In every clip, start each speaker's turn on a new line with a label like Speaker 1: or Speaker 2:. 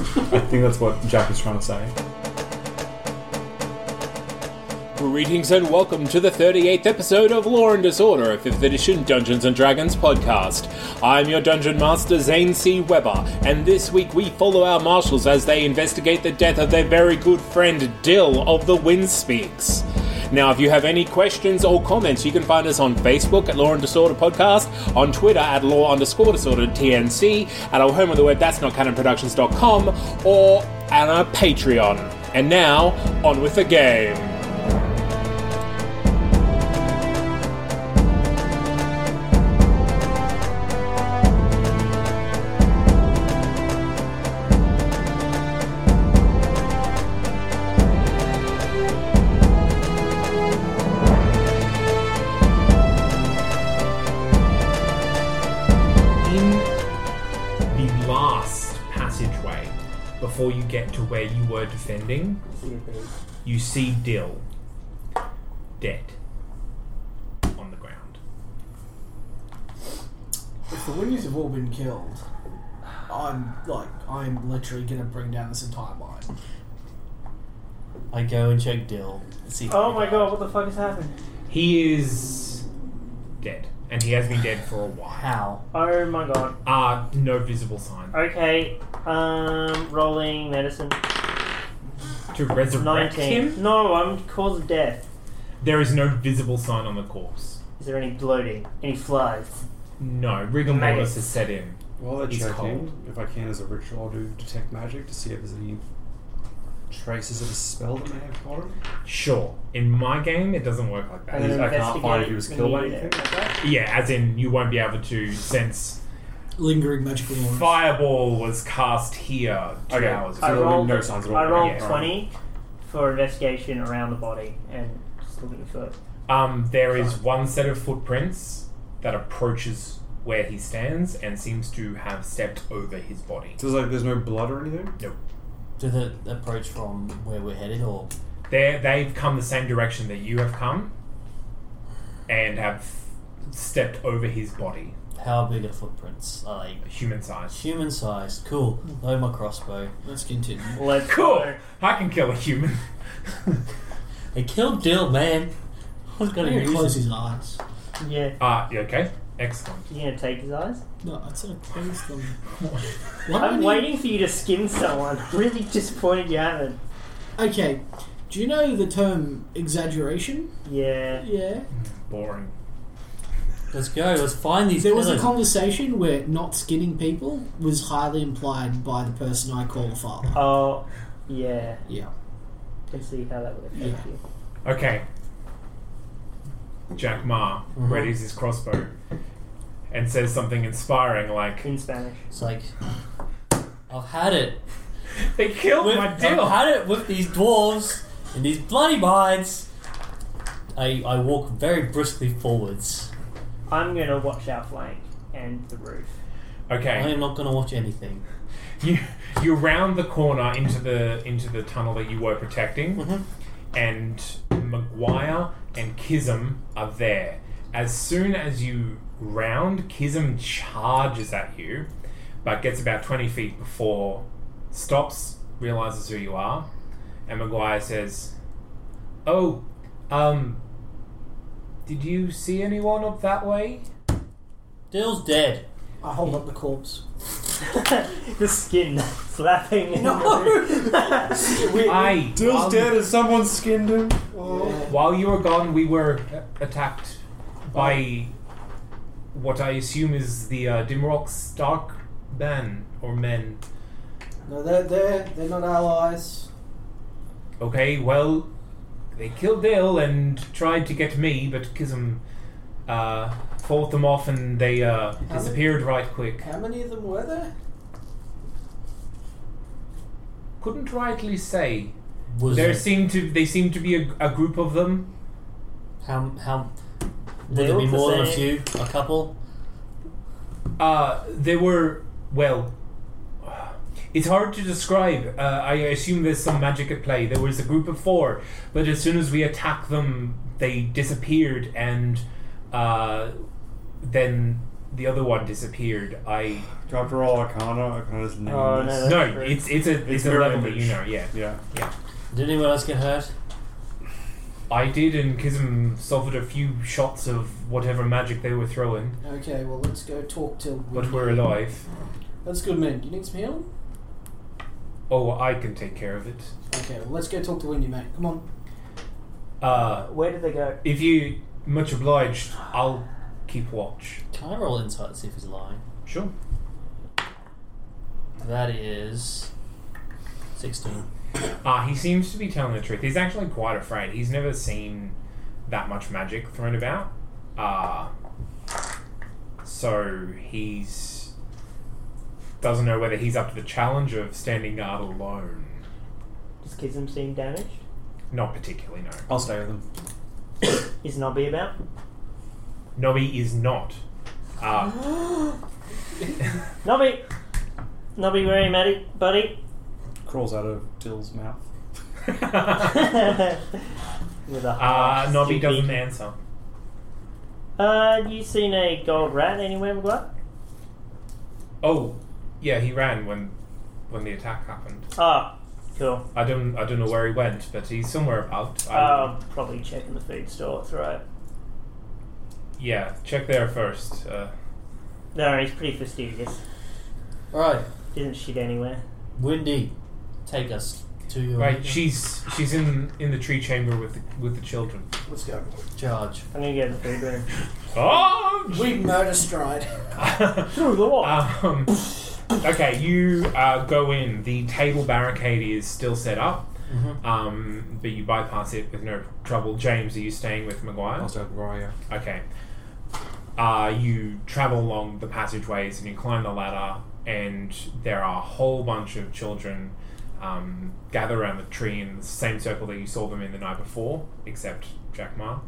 Speaker 1: I think that's what Jack is trying to say.
Speaker 2: Greetings and welcome to the 38th episode of Law and Disorder, a 5th edition Dungeons and Dragons podcast. I'm your dungeon master, Zane C. Weber, and this week we follow our marshals as they investigate the death of their very good friend Dill of the Wind Speaks. Now, if you have any questions or comments, you can find us on Facebook at Law and Disorder Podcast, on Twitter at Law underscore Disorder TNC, at our home on the web, that's not canonproductions.com, or at our Patreon. And now, on with the game.
Speaker 3: in the last passageway before you get to where you were defending you see dill dead on the ground
Speaker 4: If the Winnies have all been killed, I'm like, I'm literally gonna bring down this entire line.
Speaker 5: I go and check Dill. See
Speaker 6: Oh my god, what the fuck has happened?
Speaker 3: he is dead and he has been dead for a while
Speaker 5: how.
Speaker 6: Oh my god.
Speaker 3: ah no visible sign
Speaker 6: Okay, um, rolling medicine.
Speaker 3: to resurrect
Speaker 6: 19.
Speaker 3: him
Speaker 6: No, I'm cause of death.
Speaker 3: there is no visible sign on the corpse
Speaker 6: Is there any bloating? Any flies?
Speaker 3: no rigor mortis
Speaker 6: Maggots.
Speaker 3: has set in
Speaker 1: While they're
Speaker 3: He's
Speaker 1: checking,
Speaker 3: cold.
Speaker 1: if I can as a ritual, I'll do detect magic to see if there's any traces of a spell that may have got him.
Speaker 3: sure in my game it doesn't work like that
Speaker 1: And then I can't
Speaker 6: investigate
Speaker 1: find if he was
Speaker 6: when
Speaker 1: killed
Speaker 6: you
Speaker 1: by
Speaker 6: do
Speaker 1: anything.
Speaker 3: yeah as in you won't be able to sense
Speaker 4: Lingering magical aura.
Speaker 3: Fireball was cast here two
Speaker 1: Okay.
Speaker 3: hours
Speaker 1: I
Speaker 6: I
Speaker 3: ago.
Speaker 1: roll-
Speaker 6: rolled,
Speaker 1: no signs at all.
Speaker 6: I rolled
Speaker 3: Yeah.
Speaker 6: 20 for investigation around the body and just looking for.
Speaker 3: Um, there is one set of footprints that approaches where he stands and seems to have stepped over his body.
Speaker 1: So there's like there's no blood or anything.
Speaker 3: Nope.
Speaker 5: Do the approach from where we're headed or
Speaker 3: They're, they've come the same direction that you have come and have stepped over his body.
Speaker 5: how big are footprints? Are they
Speaker 3: Human size.
Speaker 5: human sized? Cool. Load my crossbow.
Speaker 4: Let's continue.
Speaker 6: Let's
Speaker 3: Cool!
Speaker 6: go.
Speaker 3: I can kill a human.
Speaker 5: They killed Dill, man. I was gonna
Speaker 4: I'm gonna close
Speaker 5: use it.
Speaker 4: his eyes.
Speaker 6: Yeah.
Speaker 3: Ah, you okay. Excellent.
Speaker 6: You gonna take his eyes?
Speaker 4: No, I said close them.
Speaker 6: I'm waiting for you to skin someone. I'm really disappointed you haven't.
Speaker 4: Okay, do you know the term exaggeration?
Speaker 6: Yeah.
Speaker 4: Yeah.
Speaker 3: Boring.
Speaker 5: Let's go, let's find these
Speaker 4: There was a
Speaker 5: villains.
Speaker 4: conversation where not skinning people was highly implied by the person I call a father.
Speaker 6: Oh, yeah.
Speaker 4: Yeah.
Speaker 6: I can see how that would affect
Speaker 4: Yeah.
Speaker 6: you.
Speaker 3: Okay. Jack Ma readies his crossbow and says something inspiring like,
Speaker 6: In Spanish.
Speaker 5: It's like I've had it.
Speaker 3: They killed
Speaker 5: With,
Speaker 3: Oh my
Speaker 5: I've
Speaker 3: deal!
Speaker 5: had it with these dwarves and these bloody mines. I, I walk very briskly forwards.
Speaker 6: I'm gonna watch our flank and the roof.
Speaker 5: I
Speaker 3: Okay.
Speaker 5: am not gonna watch anything.
Speaker 3: You you round the corner into the into the tunnel that you were protecting and Maguire and Kism are there. As soon as you round, Kism charges at you, but gets about twenty feet before stops, realizes who you are, and Maguire says, Oh, um did you see anyone up that way?
Speaker 5: Dill's dead.
Speaker 4: I hold up the corpse.
Speaker 6: the skin slapping.
Speaker 3: I
Speaker 1: Dill's
Speaker 3: um,
Speaker 1: dead and someone skinned him. Oh.
Speaker 3: While you were gone, we were attacked by what I assume is the uh, Dimrock Stark ban or men.
Speaker 4: No, they're they're they're not allies.
Speaker 3: Okay, well, they killed Dale and tried to get me, but Kism uh, fought them off and they uh, disappeared right quick.
Speaker 4: How many of them were there?
Speaker 3: Couldn't rightly say.
Speaker 5: Was
Speaker 3: There
Speaker 5: it-
Speaker 3: seemed to they seemed to be a, a group of them.
Speaker 5: how how would
Speaker 6: They're
Speaker 5: there be
Speaker 6: all the
Speaker 5: more than a few?
Speaker 6: same.
Speaker 5: A couple?
Speaker 3: Uh, they were well. It's hard to describe. Uh, I assume there's some magic at play. There was a group of four, but as soon as we attacked them, they disappeared, and uh, then the other one disappeared. I
Speaker 1: Do I have to roll Arcana? Arcana's name.
Speaker 6: Oh, no,
Speaker 3: no,
Speaker 6: That's great.
Speaker 3: it's it's a it's,
Speaker 1: It's
Speaker 3: a
Speaker 1: mirror
Speaker 3: level that
Speaker 1: image.
Speaker 3: you know. Yeah,
Speaker 1: Yeah.
Speaker 5: Did anyone else get hurt?
Speaker 3: I did, and Kism suffered a few shots of whatever magic they were throwing,
Speaker 4: Okay, well let's go talk to.
Speaker 3: but
Speaker 4: Winnie.
Speaker 3: we're alive.
Speaker 4: That's good, man. You need some healing?
Speaker 3: Oh, I can take care of it.
Speaker 4: Okay, well let's go talk to Windy, mate. Come on.
Speaker 3: Uh,
Speaker 6: Where did they go?
Speaker 3: if you much obliged, I'll keep watch.
Speaker 5: Can I roll insight to see if he's lying?
Speaker 3: Sure.
Speaker 5: That is sixteen.
Speaker 3: Ah, he seems to be telling the truth. He's actually quite afraid. He's never seen that much magic thrown about. Ah. so he's doesn't know whether he's up to the challenge of standing guard alone.
Speaker 6: Does Kism seem damaged?
Speaker 3: Not particularly, no.
Speaker 1: I'll stay with them.
Speaker 6: Is Nobby about?
Speaker 3: Nobby is not. Uh,
Speaker 6: Nobby! Nobby, where are you, Matty? Buddy?
Speaker 1: Crawls out of Dill's mouth.
Speaker 6: With a
Speaker 3: uh,
Speaker 6: harsh,
Speaker 3: Nobby
Speaker 6: stupid-
Speaker 3: doesn't answer.
Speaker 6: Uh, you seen a gold rat anywhere, McGuire?
Speaker 3: Oh, yeah, he ran when when the attack happened.
Speaker 6: Oh, cool.
Speaker 3: I don't I don't know where he went, but he's somewhere about. I-
Speaker 6: Oh, probably checking the food store, that's right.
Speaker 3: Yeah, check there first. Uh,
Speaker 6: No, he's pretty fastidious.
Speaker 5: Alright,
Speaker 6: Didn't shit anywhere.
Speaker 5: Windy, take us to your
Speaker 3: Right, she's she's in in the tree chamber with the, with the children.
Speaker 4: Let's go.
Speaker 5: charge.
Speaker 6: I'm gonna go to the food room.
Speaker 3: Oh,
Speaker 4: We murder stride.
Speaker 6: Through the wall!
Speaker 3: um, okay, you uh, go in. The table barricade is still set up, um, but you bypass it with no trouble. James, are you staying with Maguire?
Speaker 1: I'll stay with Raya.
Speaker 3: Okay. Uh, you travel along the passageways and you climb the ladder, and there are a whole bunch of children um, gather around the tree in the same circle that you saw them in the night before, except Jack Ma.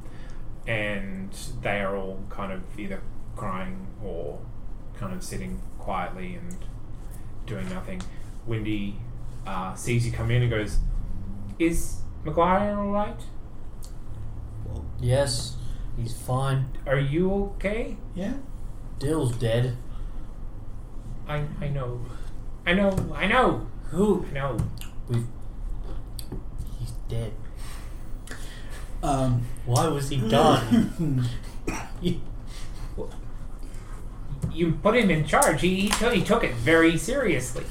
Speaker 3: And they are all kind of either crying or kind of sitting quietly and doing nothing. Wendy uh, sees you come in and goes, Is Maguire alright?
Speaker 5: Yes, he's fine.
Speaker 3: Are you okay?
Speaker 4: Yeah.
Speaker 5: Dill's dead.
Speaker 3: I, I know. I know. I know.
Speaker 5: Who?
Speaker 3: I know.
Speaker 5: We've. He's dead.
Speaker 4: Um.
Speaker 5: Why was he done?
Speaker 3: You put him in charge. He, he, took, he took it very seriously.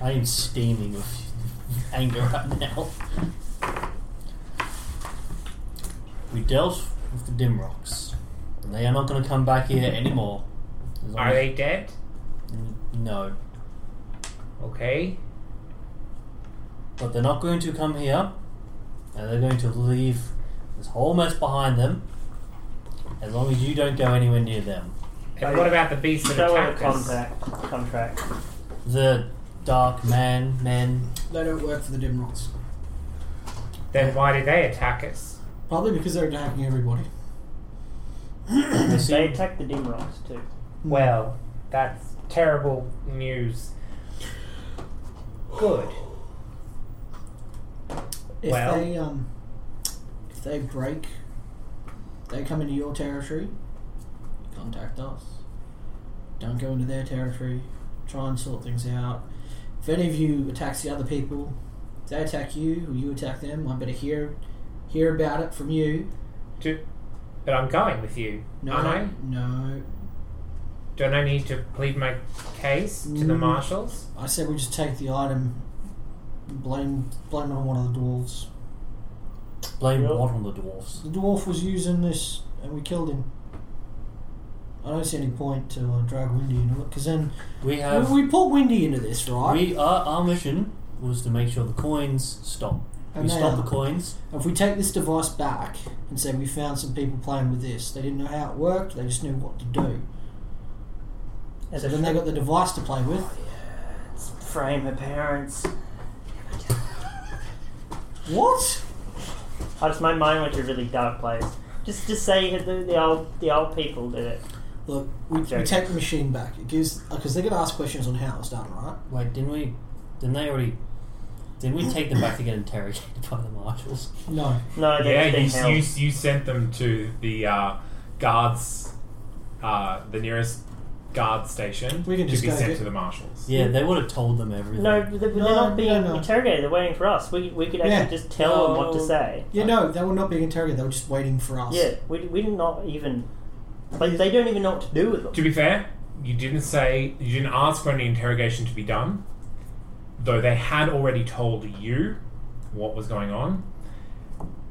Speaker 5: I am steaming with anger right now. We dealt with the Dimrocks. and They are not going to come back here anymore. As long
Speaker 3: Are
Speaker 5: as-
Speaker 3: they dead?
Speaker 5: N- No.
Speaker 3: Okay.
Speaker 5: But they're not going to come here, and they're going to leave this whole mess behind them. As long as you don't go anywhere near them,
Speaker 3: And what about the beast that
Speaker 6: Show her the
Speaker 3: attacked us?
Speaker 6: contact, contract.
Speaker 5: the Dark Man men.
Speaker 4: They don't work for the Dimrocks.
Speaker 3: Then why did they attack us?
Speaker 4: Probably because they're attacking everybody.
Speaker 5: They
Speaker 6: They
Speaker 5: seem,
Speaker 6: attacked the Dimrocks too.
Speaker 3: Well, that's terrible news. Good.
Speaker 4: If
Speaker 3: Well-
Speaker 4: they um, if they break, they come into your territory. Contact us. Don't go into their territory. Try and sort things out. If any of you attacks the other people, if they attack you or you attack them. I better hear hear about it from you.
Speaker 3: Do, but I'm going with you.
Speaker 4: No,
Speaker 3: Aren't I?
Speaker 4: no.
Speaker 3: Don't I need to plead my case to the
Speaker 4: Mm.
Speaker 3: marshals?
Speaker 4: I said we just take the item. and Blame blame it on one of the dwarves.
Speaker 5: blame
Speaker 6: Yep.
Speaker 5: what on the dwarfs?
Speaker 4: The dwarf was using this, and we killed him. I don't see any point to uh, drag Windy into it because then
Speaker 5: We have.
Speaker 4: we, we put Windy into this, right?
Speaker 5: Um, We our, our mission was to make sure the coins stop.
Speaker 4: And
Speaker 5: we
Speaker 4: they
Speaker 5: stop
Speaker 4: are.
Speaker 5: the coins.
Speaker 4: if we take this device back and say we found some people playing with this, they didn't know how it worked. They just knew what to do.
Speaker 6: As
Speaker 4: So
Speaker 6: a
Speaker 4: then they got the device to play with.
Speaker 6: frame her parents.
Speaker 4: What?
Speaker 6: I just my mind went to a really dark place. Just to say that the, the old the old people did it.
Speaker 4: Look, we, we
Speaker 6: Joking.
Speaker 4: take the machine back. It gives because they're gonna ask questions on how it's done, right?
Speaker 5: Wait, didn't we? Didn't they already? Didn't we take them back to get interrogated by the marshals?
Speaker 4: No,
Speaker 6: No, they
Speaker 3: Yeah,
Speaker 6: have been
Speaker 3: you,
Speaker 6: held.
Speaker 3: you, you sent them to the uh, guards, uh, the nearest guard station
Speaker 4: We can just
Speaker 3: to be
Speaker 4: go
Speaker 3: sent
Speaker 4: get-
Speaker 3: to the marshals.
Speaker 5: Yeah, they would have told them everything.
Speaker 6: no, they- they're not being
Speaker 4: no, no.
Speaker 6: interrogated. They're waiting for us. We, we could actually
Speaker 4: Yeah.
Speaker 6: just tell them what to
Speaker 4: No.
Speaker 6: say.
Speaker 4: yeah, no, they were not being interrogated. They were just waiting for us.
Speaker 6: Yeah, we, we did not even. Like, they don't even know what to do with them.
Speaker 3: To be fair, you didn't say you didn't ask for any interrogation to be done, though they had already told you what was going on,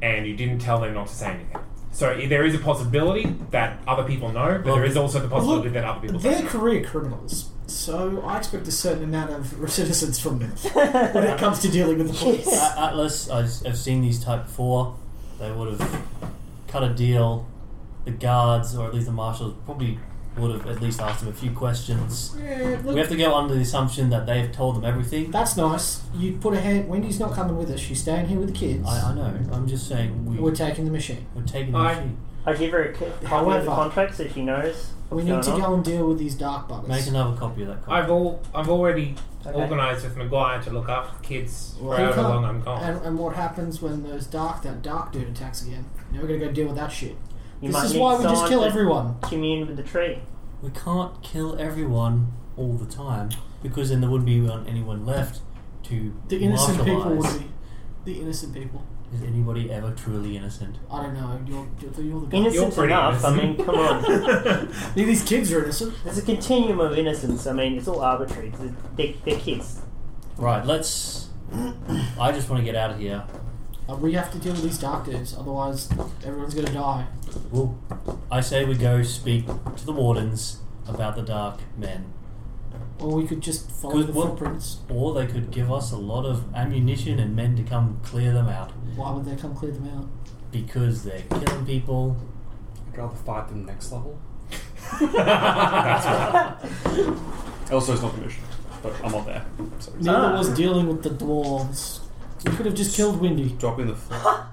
Speaker 3: and you didn't tell them not to say anything. So i- there is a possibility that other people know, but there is also the possibility that other people
Speaker 4: They're
Speaker 3: don't. know.
Speaker 4: career criminals, so I expect a certain amount of reticence from them when it comes to dealing with the police.
Speaker 5: At- Atlas, I s- I've seen these type before. They would have cut a deal. The guards, or at least the marshals, probably would have at least asked them a few questions.
Speaker 4: Yeah,
Speaker 5: We
Speaker 4: look,
Speaker 5: have to go under the assumption that they've told them everything.
Speaker 4: that's nice. You put a hand. Wendy's not coming with us. She's staying here with the kids.
Speaker 5: I, I know. I'm just saying we,
Speaker 4: We're
Speaker 5: we're,
Speaker 4: taking the machine.
Speaker 5: taking the
Speaker 3: I-
Speaker 5: machine.
Speaker 6: I give her a c- copy of
Speaker 4: However,
Speaker 6: the contract so she knows.
Speaker 4: We
Speaker 6: what's
Speaker 4: need to
Speaker 6: going on.
Speaker 4: go and deal with these dark buggers.
Speaker 5: Make another copy of that. Copy.
Speaker 3: I've all I've already
Speaker 6: Okay.
Speaker 3: organised with Maguire to look after the kids for
Speaker 4: Well, you
Speaker 3: however
Speaker 4: can't-
Speaker 3: long I'm gone.
Speaker 4: And, and what happens when those dark that dark dude attacks again? Now we're gonna go deal with that shit.
Speaker 6: You
Speaker 4: this
Speaker 6: might
Speaker 4: is
Speaker 6: need
Speaker 4: why we just
Speaker 6: someone
Speaker 4: kill
Speaker 6: to
Speaker 4: everyone.
Speaker 6: Commune with the tree.
Speaker 5: We can't kill everyone all the time because then there wouldn't be one- anyone left to
Speaker 4: The innocent people
Speaker 5: marshalize.
Speaker 4: would be. The innocent people.
Speaker 5: Is anybody ever truly innocent?
Speaker 4: I don't know. You're, you're, you're the guy.
Speaker 6: Innocent
Speaker 3: pretty
Speaker 6: enough. I
Speaker 3: innocent.
Speaker 6: mean, come on.
Speaker 4: Yeah, These kids are innocent.
Speaker 6: There's a continuum of innocence. I mean, it's all arbitrary. They're, they're, they're kids.
Speaker 5: Right. Let's. I just want to get out of here.
Speaker 4: Uh, we have to deal with these dark dudes, otherwise everyone's gonna die.
Speaker 5: Well, I say we go speak to the wardens about the dark men,
Speaker 4: Or we could just follow
Speaker 5: Good
Speaker 4: the
Speaker 5: one.
Speaker 4: footprints.
Speaker 5: or they could give us a lot of ammunition and men to come clear them out
Speaker 4: Why would they come clear them out?
Speaker 5: because they're killing people.
Speaker 1: I'd rather fight them next level. Also, it's not the mission, but I'm not there. So it's-
Speaker 4: Neither
Speaker 5: Ah.
Speaker 4: was dealing with the dwarves. We could have just killed Windy.
Speaker 1: dropping the floor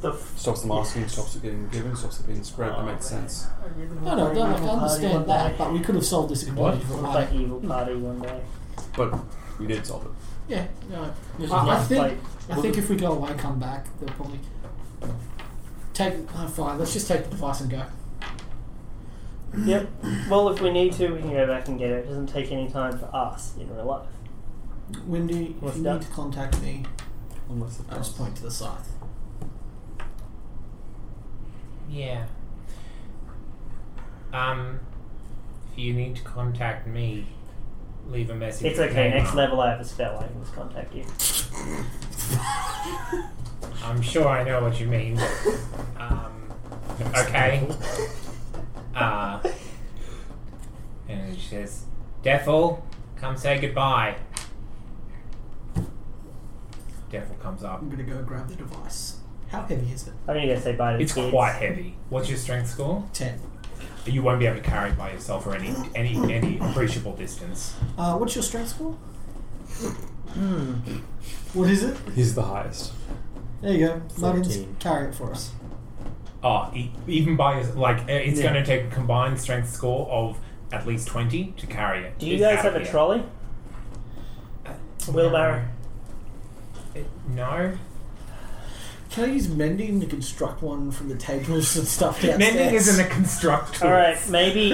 Speaker 6: The f-
Speaker 1: stops them asking, stops it getting given, stops it being spread. That makes sense.
Speaker 4: No, no, no, I understand that, but we could have solved this in a completely different way.
Speaker 6: like evil party one day.
Speaker 1: But we did solve it.
Speaker 4: Yeah, no.
Speaker 5: This
Speaker 4: I, I
Speaker 5: is
Speaker 4: think
Speaker 6: like-
Speaker 4: I think if we go away and come back, they'll probably take. Oh, fine. Let's just take the device and go.
Speaker 6: Yep. Well, if we need to, we can go back and get it. It doesn't take any time for us in real life.
Speaker 4: Wendy, if
Speaker 6: What's
Speaker 4: you
Speaker 6: that?
Speaker 4: need to contact me,
Speaker 1: Unless it
Speaker 4: I'll just point to the scythe.
Speaker 3: Yeah. Um, if you need to contact me, leave a message.
Speaker 6: It's
Speaker 3: with
Speaker 6: okay.
Speaker 3: my
Speaker 6: Next
Speaker 3: email.
Speaker 6: level, I have a spell. I can just contact you.
Speaker 3: I'm sure I know what you mean. but, um, okay. Uh, and she says, Defil, come say goodbye. Defil comes up.
Speaker 4: I'm gonna go grab the device. How heavy is it?
Speaker 6: I'm gonna go say bye to the
Speaker 3: It's
Speaker 6: kids.
Speaker 3: quite heavy. What's your strength score?
Speaker 4: Ten.
Speaker 3: You won't be able to carry it by yourself or any any any appreciable distance.
Speaker 4: Uh, what's your strength score? Hmm. What is it?
Speaker 1: He's the highest.
Speaker 4: There you go. Muggins,
Speaker 5: Fourteen.
Speaker 4: carry it for us.
Speaker 3: Oh, e- even by yourself, like uh, it's
Speaker 4: Yeah.
Speaker 3: going to take a combined strength score of at least twenty to carry it.
Speaker 6: Do you
Speaker 3: It's
Speaker 6: guys
Speaker 3: out
Speaker 6: have
Speaker 3: of
Speaker 6: a
Speaker 3: here.
Speaker 6: trolley? Wheelbarrow.
Speaker 3: It- no.
Speaker 4: Can I use mending to construct one from the tables and stuff downstairs?
Speaker 3: Mending isn't a construct.
Speaker 6: All right, maybe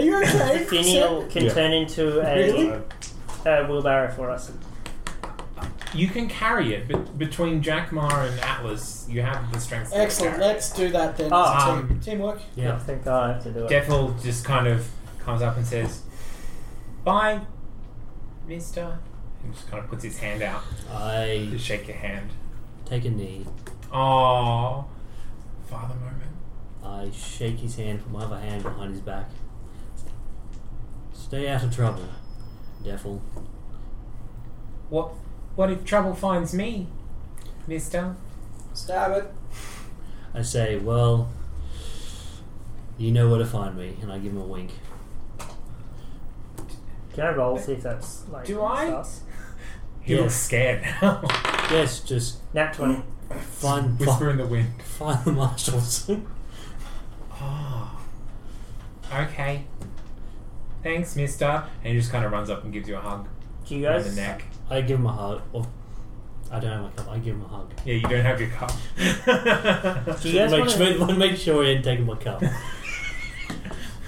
Speaker 4: Are you okay?
Speaker 6: Finial can
Speaker 1: Yeah.
Speaker 6: turn into a,
Speaker 4: Really?
Speaker 6: a wheelbarrow for us.
Speaker 3: You can carry it, but between Jackmar and Atlas, you have the strength. to
Speaker 4: Excellent.
Speaker 3: carry it.
Speaker 4: Let's do that then.
Speaker 6: Ah,
Speaker 4: as a team. Teamwork.
Speaker 6: I think I have to do it.
Speaker 3: Devil just kind of comes up and says, "Bye, Mister," and just kind of puts his hand out to
Speaker 5: I
Speaker 3: shake your hand.
Speaker 5: take a knee.
Speaker 3: Oh, father moment.
Speaker 5: I shake his hand from my other hand behind his back. Stay out of trouble, Devil.
Speaker 3: What? What if trouble finds me, Mister?
Speaker 4: Stab it.
Speaker 5: I say, well, you know where to find me, and I give him a wink.
Speaker 6: Can I roll see if that's like
Speaker 3: Do I?
Speaker 6: sus?
Speaker 3: He
Speaker 5: Yeah.
Speaker 3: looks scared now.
Speaker 5: Yes, just
Speaker 6: Nat twenty.
Speaker 5: find,
Speaker 3: Whisper in
Speaker 5: find,
Speaker 3: the wind.
Speaker 5: find the marshals.
Speaker 3: Ah, Okay. Thanks, Mister. And he just kind of runs up and gives you a hug
Speaker 6: Do you
Speaker 3: on
Speaker 6: guys?
Speaker 3: the neck.
Speaker 5: I give him a hug. Or, I don't have my cup. I give him a hug.
Speaker 3: Yeah, you don't have your cup.
Speaker 6: Do you guys
Speaker 5: make,
Speaker 6: want to?
Speaker 5: sure, make sure he ain't taking my cup.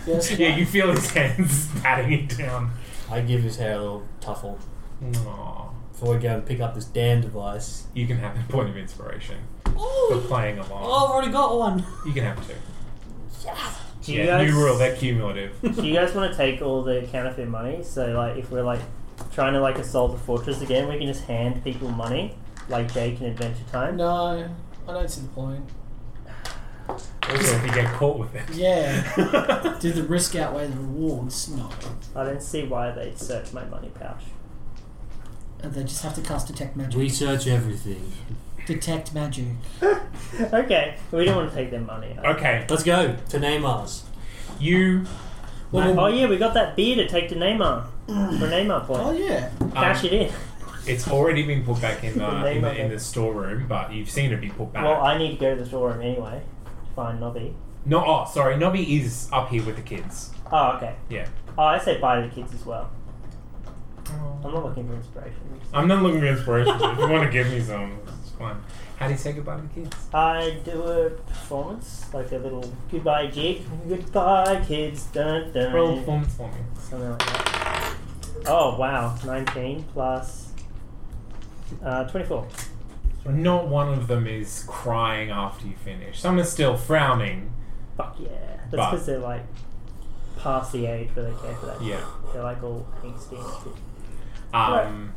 Speaker 4: Yes.
Speaker 3: yeah, you feel his hands patting you down.
Speaker 5: I give his hair a little tuffle
Speaker 3: Aww.
Speaker 5: before we go and pick up this damn device.
Speaker 3: You can have a point of inspiration for
Speaker 5: Oh,
Speaker 3: playing along.
Speaker 5: I've already got one.
Speaker 3: You can have two.
Speaker 6: Do you
Speaker 3: Yeah,
Speaker 6: guys?
Speaker 3: new rule. They're cumulative.
Speaker 6: Do you guys want to take all the counterfeit money? So like, if we're like trying to like assault the fortress again, we can just hand people money, like Jake in Adventure Time.
Speaker 4: No, I don't see the point.
Speaker 3: also, if you get caught with it.
Speaker 4: Yeah. Did the risk outweigh the rewards? No.
Speaker 6: I don't see why they search my money pouch.
Speaker 4: And they just have to cast detect magic.
Speaker 5: We search everything.
Speaker 4: detect magic.
Speaker 6: Okay, we don't want to take their money.
Speaker 3: Okay,
Speaker 5: Let's go to Neymar's.
Speaker 3: you
Speaker 4: Well,
Speaker 6: oh yeah, we got that beer to take to Neymar for Neymar point.
Speaker 4: Oh yeah.
Speaker 6: Cash it in.
Speaker 3: um, It's already been put back in
Speaker 6: The
Speaker 3: the,
Speaker 6: name
Speaker 3: in
Speaker 6: of
Speaker 3: the, in
Speaker 6: it.
Speaker 3: the storeroom, but you've seen it be put back.
Speaker 6: Well, I need to go to the storeroom anyway. to Find Nobby.
Speaker 3: no, oh, sorry, Nobby is up here with the kids.
Speaker 6: Oh, okay.
Speaker 3: Yeah,
Speaker 6: Oh, I say bye to the kids as well. I'm not looking for inspiration.
Speaker 3: I'm not looking for inspiration. if you want to give me some, it's fine. How do you say goodbye to the kids?
Speaker 6: I do a performance, like a little goodbye jig. Goodbye, kids. Dun dun.
Speaker 3: Roll performance for me.
Speaker 6: Something like that. Oh wow, 19 plus uh, 24.
Speaker 3: Not one of them is crying after you finish. Some are still frowning.
Speaker 6: Fuck yeah. That's
Speaker 3: But-
Speaker 6: because they're like past the age where they care for that.
Speaker 3: Yeah.
Speaker 6: They're like all angsty and shit.
Speaker 3: Um,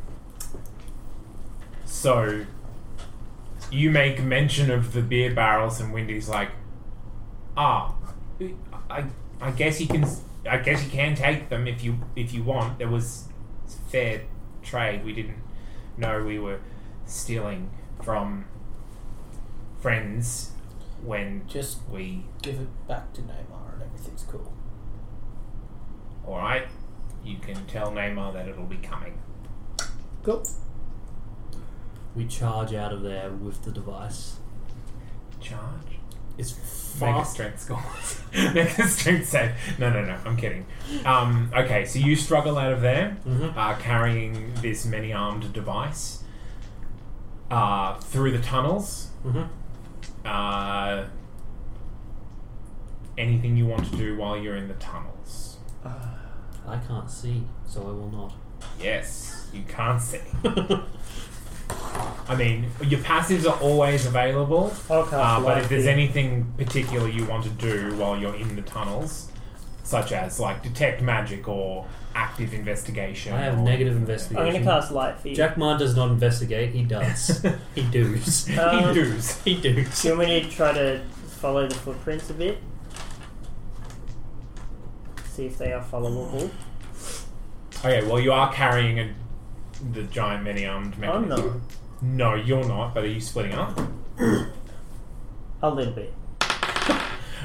Speaker 3: so you make mention of the beer barrels, and Wendy's like, "Ah, I, I guess you can, I guess you can take them if you if you want. There was fair trade. We didn't know we were stealing from friends when
Speaker 4: Just
Speaker 3: we.
Speaker 4: give it back to Neymar and everything's cool.
Speaker 3: All right, you can tell Neymar that it'll be coming.
Speaker 4: Cool.
Speaker 5: We charge out of there with the device.
Speaker 3: Charge."
Speaker 5: It's
Speaker 3: Make a
Speaker 5: fast.
Speaker 3: strength score. Make a strength save. No, no, no. I'm kidding. Um, okay, so you struggle out of there, uh, carrying this many armed device uh, through the tunnels.
Speaker 5: Mhm.
Speaker 3: Uh, anything you want to do while you're in the tunnels?
Speaker 5: I can't see, so I will not.
Speaker 3: Yes, you can't see. I mean, your passives are always available.
Speaker 6: I'll cast
Speaker 3: Uh, but
Speaker 6: light
Speaker 3: if there's
Speaker 6: beam.
Speaker 3: anything particular you want to do while you're in the tunnels, such as like detect magic or active investigation,
Speaker 5: I have
Speaker 3: or-
Speaker 5: negative
Speaker 6: I'm
Speaker 5: investigation.
Speaker 6: going to cast light for you.
Speaker 5: Jack Ma does not investigate. He does. he does.
Speaker 6: Um,
Speaker 3: he does.
Speaker 5: Uh, he does.
Speaker 6: Do you want me to try to follow the footprints a bit? See if they are followable.
Speaker 3: Okay, well you are carrying a, the giant many armed
Speaker 6: I'm
Speaker 3: mechanism.
Speaker 6: not.
Speaker 3: No, you're not. But are you splitting up?
Speaker 6: A little bit.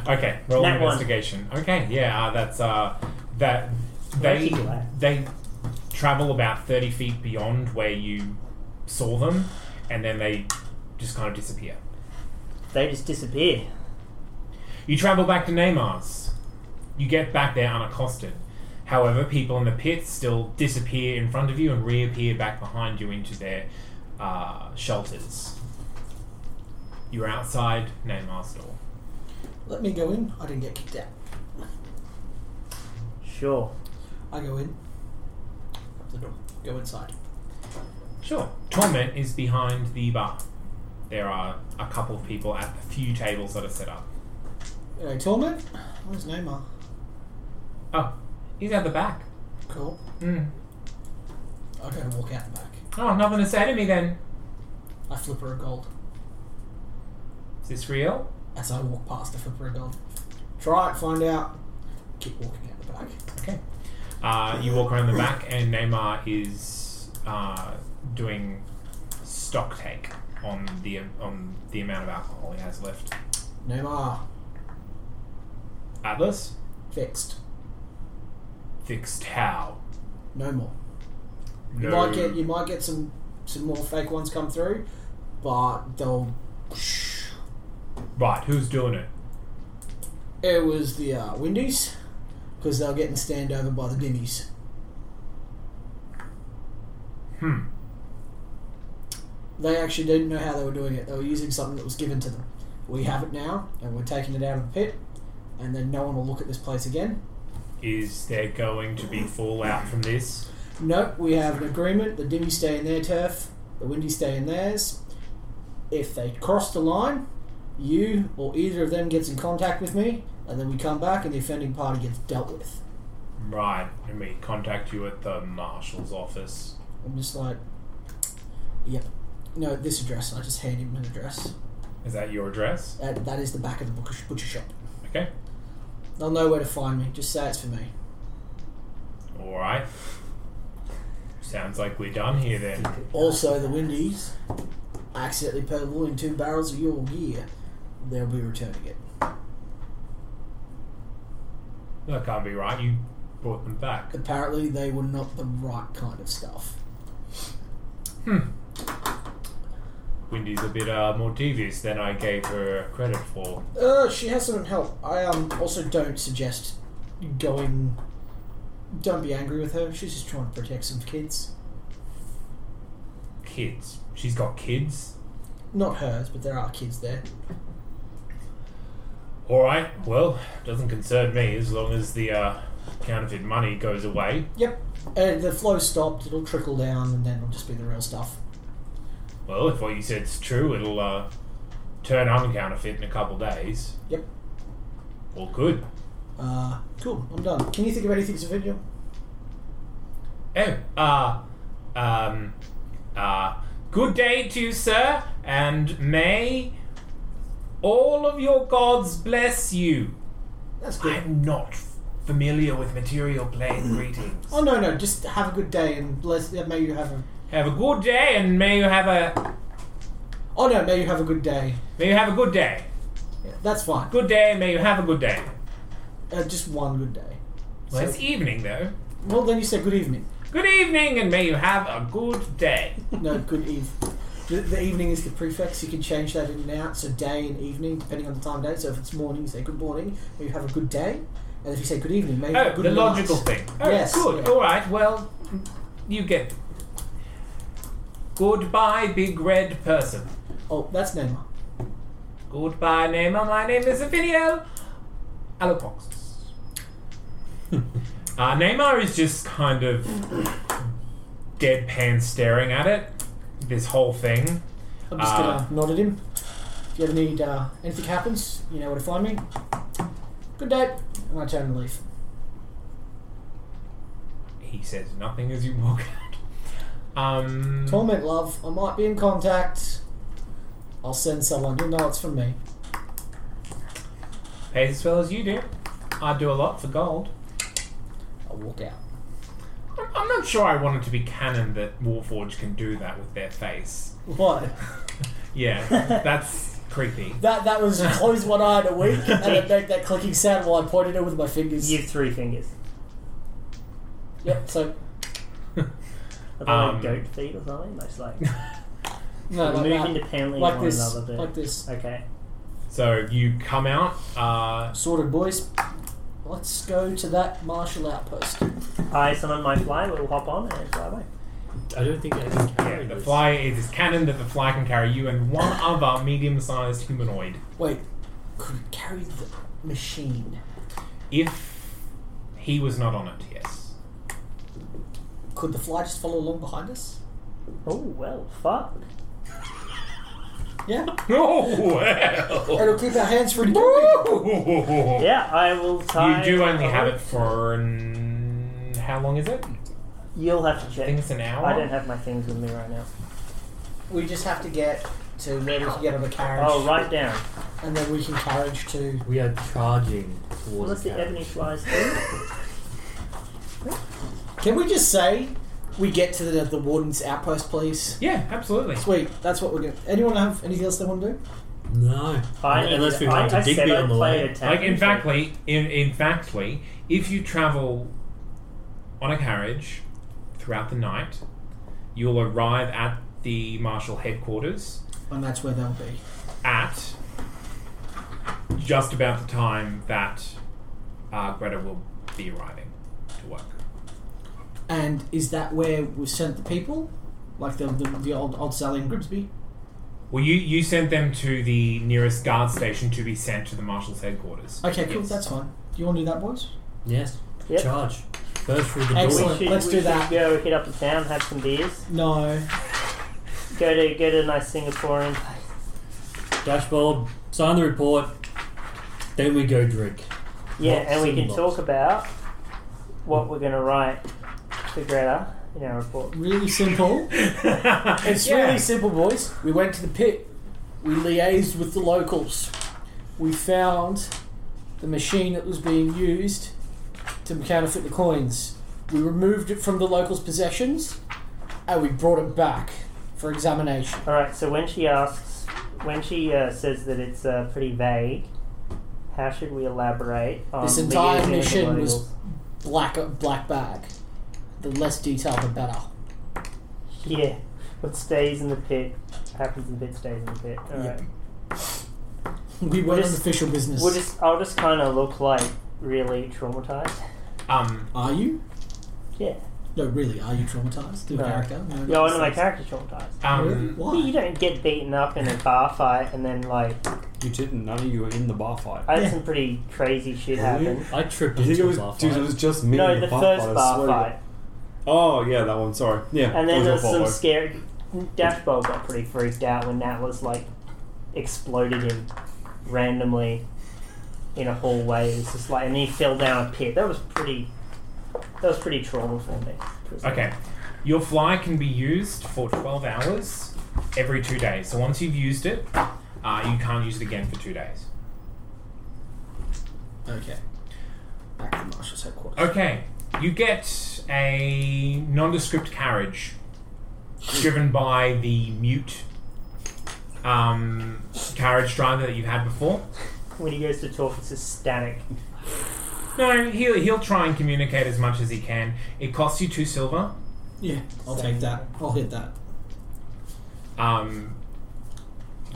Speaker 3: Okay, roll
Speaker 6: Nat one.
Speaker 3: investigation. Okay, yeah, uh, that's uh, that they
Speaker 6: keep it light.
Speaker 3: they travel about thirty feet beyond where you saw them, and then they just kind of disappear.
Speaker 6: They just disappear.
Speaker 3: You travel back to Neymar's. You get back there unaccosted. However, people in the pit still disappear in front of you and reappear back behind you into their uh, shelters. You're outside Neymar's door.
Speaker 4: Let me go in. I didn't get kicked out.
Speaker 6: Sure.
Speaker 4: I go in. Up the door. Go inside.
Speaker 3: Sure. Torment is behind the bar. There are a couple of people at the few tables that are set up.
Speaker 4: Anyway, Torment. Where's Neymar?
Speaker 3: Oh, he's at the back.
Speaker 4: Cool.
Speaker 3: Mm.
Speaker 4: I go to walk out the back.
Speaker 3: Oh, nothing to say to me then.
Speaker 4: I flip her a gold.
Speaker 3: Is this real?
Speaker 4: as I walk past the footprint of. Try it, find out. Keep walking out the back.
Speaker 3: Okay. Uh, you walk around the back, and Neymar is uh, doing stock take on the on the amount of alcohol he has left.
Speaker 4: Neymar,
Speaker 3: Atlas
Speaker 4: fixed.
Speaker 3: fixed how?
Speaker 4: No more.
Speaker 3: No.
Speaker 4: You might get you might get some some more fake ones come through, but they'll.
Speaker 3: right. Who's doing it?
Speaker 4: It was the uh, Windies because they're getting stand over by the Dimmies.
Speaker 3: Hmm.
Speaker 4: They actually didn't know how they were doing it. They were using something that was given to them. We have it now, and we're taking it out of the pit, and then no one will look at this place again.
Speaker 3: Is there going to be fallout from this?
Speaker 4: Nope, we have an agreement. The Dimmies stay in their turf, the Windies stay in theirs. If they cross the line, you or either of them gets in contact with me, and then we come back and the offending party gets dealt with.
Speaker 3: Right. And we contact you at the marshal's office.
Speaker 4: I'm just like, yep. No, this address. I just hand him an address.
Speaker 3: Is that your address?
Speaker 4: That, that is the back of the butcher- butcher shop.
Speaker 3: Okay.
Speaker 4: They'll know where to find me. Just say it's for me.
Speaker 3: All right. Sounds like we're done here then.
Speaker 4: Also, the Windies accidentally purloined two barrels of your gear. They'll be returning it.
Speaker 3: That can't be right. You brought them back.
Speaker 4: Apparently, they were not the right kind of stuff.
Speaker 3: Wendy's a bit uh, more devious than I gave her credit for.
Speaker 4: Uh, she has some help. I um also don't suggest going. Don't be angry with her. She's just trying to protect some kids.
Speaker 3: Kids. She's got kids.
Speaker 4: Not hers, but there are kids there.
Speaker 3: All right. Well, doesn't concern me as long as the uh, counterfeit money goes away.
Speaker 4: Yep. Uh, the flow stopped. It'll trickle down, and then it'll just be the real stuff.
Speaker 3: Well, if what you said's true, it'll uh, turn uncounterfeit in a couple days.
Speaker 4: Yep.
Speaker 3: All good.
Speaker 4: Uh, cool. I'm done. Can you think of anything to video?
Speaker 3: Oh, uh, um, uh, good day to you, sir, and may all of your gods bless you.
Speaker 4: That's good.
Speaker 3: I'm not familiar with material plane greetings.
Speaker 4: Oh no, no. Just have a good day, and let's yeah, may you have a.
Speaker 3: Have a good day, and may you have a
Speaker 4: Oh no, may you have a good day.
Speaker 3: may you have a good day.
Speaker 4: Yeah, that's fine.
Speaker 3: Good day, may you have a good day.
Speaker 4: Uh, just one good day.
Speaker 3: Well, it's evening though.
Speaker 4: Well, then you said good evening.
Speaker 3: Good evening, and may you have a good day.
Speaker 4: No, good eve. The, the evening is the prefix. You can change that in and out. So day and evening, depending on the time of day. So if it's morning, you say good morning. May you have a good day. And if you say good evening, may you have
Speaker 3: Oh,
Speaker 4: a good
Speaker 3: the
Speaker 4: night.
Speaker 3: logical thing. Oh,
Speaker 4: Yes,
Speaker 3: good.
Speaker 4: yeah.
Speaker 3: All right. Well, you get. Goodbye, big red person.
Speaker 4: Oh, that's Neymar.
Speaker 3: Goodbye, Neymar. My name is Ophidio Alopox. uh, Neymar is just kind of deadpan staring at it, this whole thing.
Speaker 4: I'm just
Speaker 3: Uh,
Speaker 6: Ah.
Speaker 4: gonna nod at him. If you ever need uh, anything happens, you know where to find me. Good day. And I turn and leave.
Speaker 3: He says nothing as you walk out. Um,
Speaker 4: Torment, love. I might be in contact. I'll send someone. You'll know it's from me.
Speaker 3: pays as well as you do. I do a lot for gold.
Speaker 4: I'll walk out.
Speaker 3: I'm- I'm not sure I want it to be canon that Warforge can do that with their face.
Speaker 4: What?
Speaker 3: Yeah, that's creepy.
Speaker 4: That that was close one eye and a wink, and it made that clicking sound while I pointed it with my fingers.
Speaker 6: You have three fingers.
Speaker 4: Yep. So
Speaker 6: Are they
Speaker 3: Um,
Speaker 6: like goat feet or something? That's like
Speaker 4: no, like
Speaker 6: move
Speaker 4: that.
Speaker 6: independently
Speaker 4: like
Speaker 6: of one
Speaker 4: this,
Speaker 6: another. but-
Speaker 4: like this.
Speaker 6: Okay.
Speaker 3: So you come out. Uh,
Speaker 4: Sorted, boys. Let's go to that martial outpost.
Speaker 6: I summon my fly. We'll hop on and fly away.
Speaker 5: I don't think I can carry
Speaker 3: yeah, the
Speaker 5: this.
Speaker 3: fly. It is canon that the fly can carry you and one other medium-sized humanoid.
Speaker 4: Wait, could it carry the machine?
Speaker 3: If he was not on it, yes.
Speaker 4: Could the fly just follow along behind us?
Speaker 6: Oh well, fuck.
Speaker 4: Yeah.
Speaker 3: Oh well.
Speaker 4: It'll keep our hands free to kill people.
Speaker 6: Yeah, I will
Speaker 3: You
Speaker 6: tie.
Speaker 3: do only have it for an, how long is it?
Speaker 6: You'll have to
Speaker 3: I
Speaker 6: check.
Speaker 3: think it's an hour.
Speaker 6: I don't have my things with me right now.
Speaker 4: We just have to get to where we can get on a carriage.
Speaker 6: Oh, right down.
Speaker 4: And then we can carriage to.
Speaker 5: We are charging
Speaker 6: Well,
Speaker 5: towards
Speaker 6: that's
Speaker 5: the
Speaker 6: the
Speaker 5: cabin.
Speaker 6: ebony flies thing.
Speaker 4: Can we just say we get to the, the warden's outpost, please?
Speaker 3: Yeah, absolutely.
Speaker 4: Sweet. That's what we're going. to... Anyone have anything else they want to do?
Speaker 5: No.
Speaker 6: I need
Speaker 5: Unless we
Speaker 6: I- I
Speaker 5: run to
Speaker 6: said
Speaker 5: Digby
Speaker 6: I'd
Speaker 5: on the
Speaker 6: play
Speaker 5: way.
Speaker 6: a
Speaker 3: Like in
Speaker 6: tactics
Speaker 3: factly, in in factly, if you travel on a carriage throughout the night, you'll arrive at the Marshal headquarters
Speaker 4: And that's where they'll be.
Speaker 3: at just about the time that uh, Greta will be arriving to work.
Speaker 4: And is that where we sent the people, like the the, the old old Sally and Grimsby?
Speaker 3: Well, you, you sent them to the nearest guard station to be sent to the Marshal's headquarters.
Speaker 4: Okay, cool.
Speaker 3: Yes.
Speaker 4: That's fine. Do you want to do that, boys?
Speaker 5: Yes.
Speaker 6: Yep.
Speaker 5: Charge. First through the
Speaker 6: We
Speaker 4: Excellent.
Speaker 5: door.
Speaker 6: should,
Speaker 4: Let's
Speaker 6: we
Speaker 4: do
Speaker 6: should
Speaker 4: that.
Speaker 6: Go hit up the town, have some beers.
Speaker 4: No.
Speaker 6: Go to go to a nice Singaporean place.
Speaker 5: Dashboard. Sign the report. Then we go drink.
Speaker 6: Yeah,
Speaker 5: Lots
Speaker 6: and we
Speaker 5: and
Speaker 6: can
Speaker 5: lots.
Speaker 6: talk about what we're going to write to Greta in our report.
Speaker 4: Really simple. it's really simple, boys. We went to the pit. We liaised with the locals. We found the machine that was being used to counterfeit the coins. We removed it from the locals' possessions, and we brought it back for examination.
Speaker 6: All right. So when she asks, when she uh, says that it's uh, pretty vague, how should we elaborate? On
Speaker 4: This entire
Speaker 6: liaising with the
Speaker 4: mission was-
Speaker 6: locals?
Speaker 4: Black black bag. The less detail, the better.
Speaker 6: yeah. What stays in the pit happens in the pit stays in the pit. All right.
Speaker 4: Yep. We
Speaker 6: We'll
Speaker 4: went on
Speaker 6: just-
Speaker 4: official business.
Speaker 6: We'll just I'll just kind of look like really traumatized.
Speaker 3: Um,
Speaker 4: Are you?
Speaker 6: Yeah.
Speaker 4: No, really, are you traumatized? Your
Speaker 6: No.
Speaker 4: character? No,
Speaker 6: Yeah, I want my character traumatized.
Speaker 4: Really?
Speaker 3: um,
Speaker 4: Why?
Speaker 6: You don't get beaten up in a bar fight and then like
Speaker 7: You didn't. None of you were in the bar fight.
Speaker 6: I had
Speaker 4: Yeah.
Speaker 6: some pretty crazy shit
Speaker 7: you?
Speaker 6: happen.
Speaker 5: I tripped
Speaker 7: you think
Speaker 5: into
Speaker 7: it
Speaker 5: a
Speaker 7: was,
Speaker 5: bar
Speaker 7: dude?
Speaker 5: fight.
Speaker 7: It was just me.
Speaker 6: No,
Speaker 7: in
Speaker 6: the
Speaker 7: the, bar
Speaker 6: first
Speaker 7: fight, I
Speaker 6: bar
Speaker 7: swear to God.
Speaker 6: fight,
Speaker 7: Oh yeah, that one. Sorry. Yeah.
Speaker 6: and then
Speaker 7: that
Speaker 6: there
Speaker 7: was
Speaker 6: was
Speaker 7: your
Speaker 6: some
Speaker 7: fault,
Speaker 6: scary. Dashbowl got pretty freaked out when Nat was like exploded him randomly in a hallway. It was just like, and he fell down a pit. That was pretty. That was pretty trauma for me.
Speaker 3: okay. Your fly can be used for 12 hours every two days. So once you've used it, uh, you can't use it again for two days.
Speaker 4: Okay. Back to Marshall's headquarters.
Speaker 3: Okay, you get a nondescript carriage driven by the mute um, carriage driver that you've had before.
Speaker 6: When he goes to talk, it's just static.
Speaker 3: No, he'll, he'll try and communicate as much as he can. It costs you two silver.
Speaker 4: Yeah, I'll take that. I'll hit that.
Speaker 3: Um,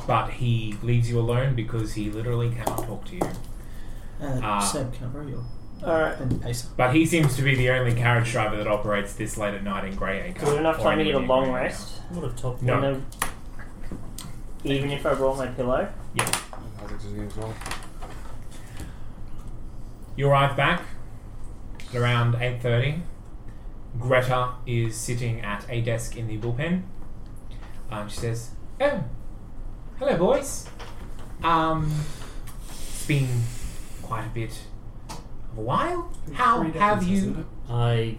Speaker 3: but he leaves you alone because he literally cannot talk to you.
Speaker 4: And
Speaker 3: Ah.
Speaker 4: Seb, Uh, can I borrow your
Speaker 6: All right.
Speaker 4: pen and pacer?
Speaker 3: But he seems to be the only carriage driver that operates this late at night in Greyacre.
Speaker 6: Do we have enough
Speaker 3: or
Speaker 6: time to get
Speaker 3: anywhere
Speaker 6: a
Speaker 3: near
Speaker 6: long
Speaker 3: Greyacre.
Speaker 6: rest?
Speaker 5: What a top
Speaker 3: No.
Speaker 6: And then- even if I brought my pillow,
Speaker 7: I was just gonna say.
Speaker 3: You arrive back at around 8.30. Greta is sitting at a desk in the bullpen. Um, she says, Oh, hello, boys. Um, it's been quite a bit of a while. How
Speaker 7: Three
Speaker 3: have
Speaker 7: differences,
Speaker 3: you...
Speaker 7: isn't it?
Speaker 5: I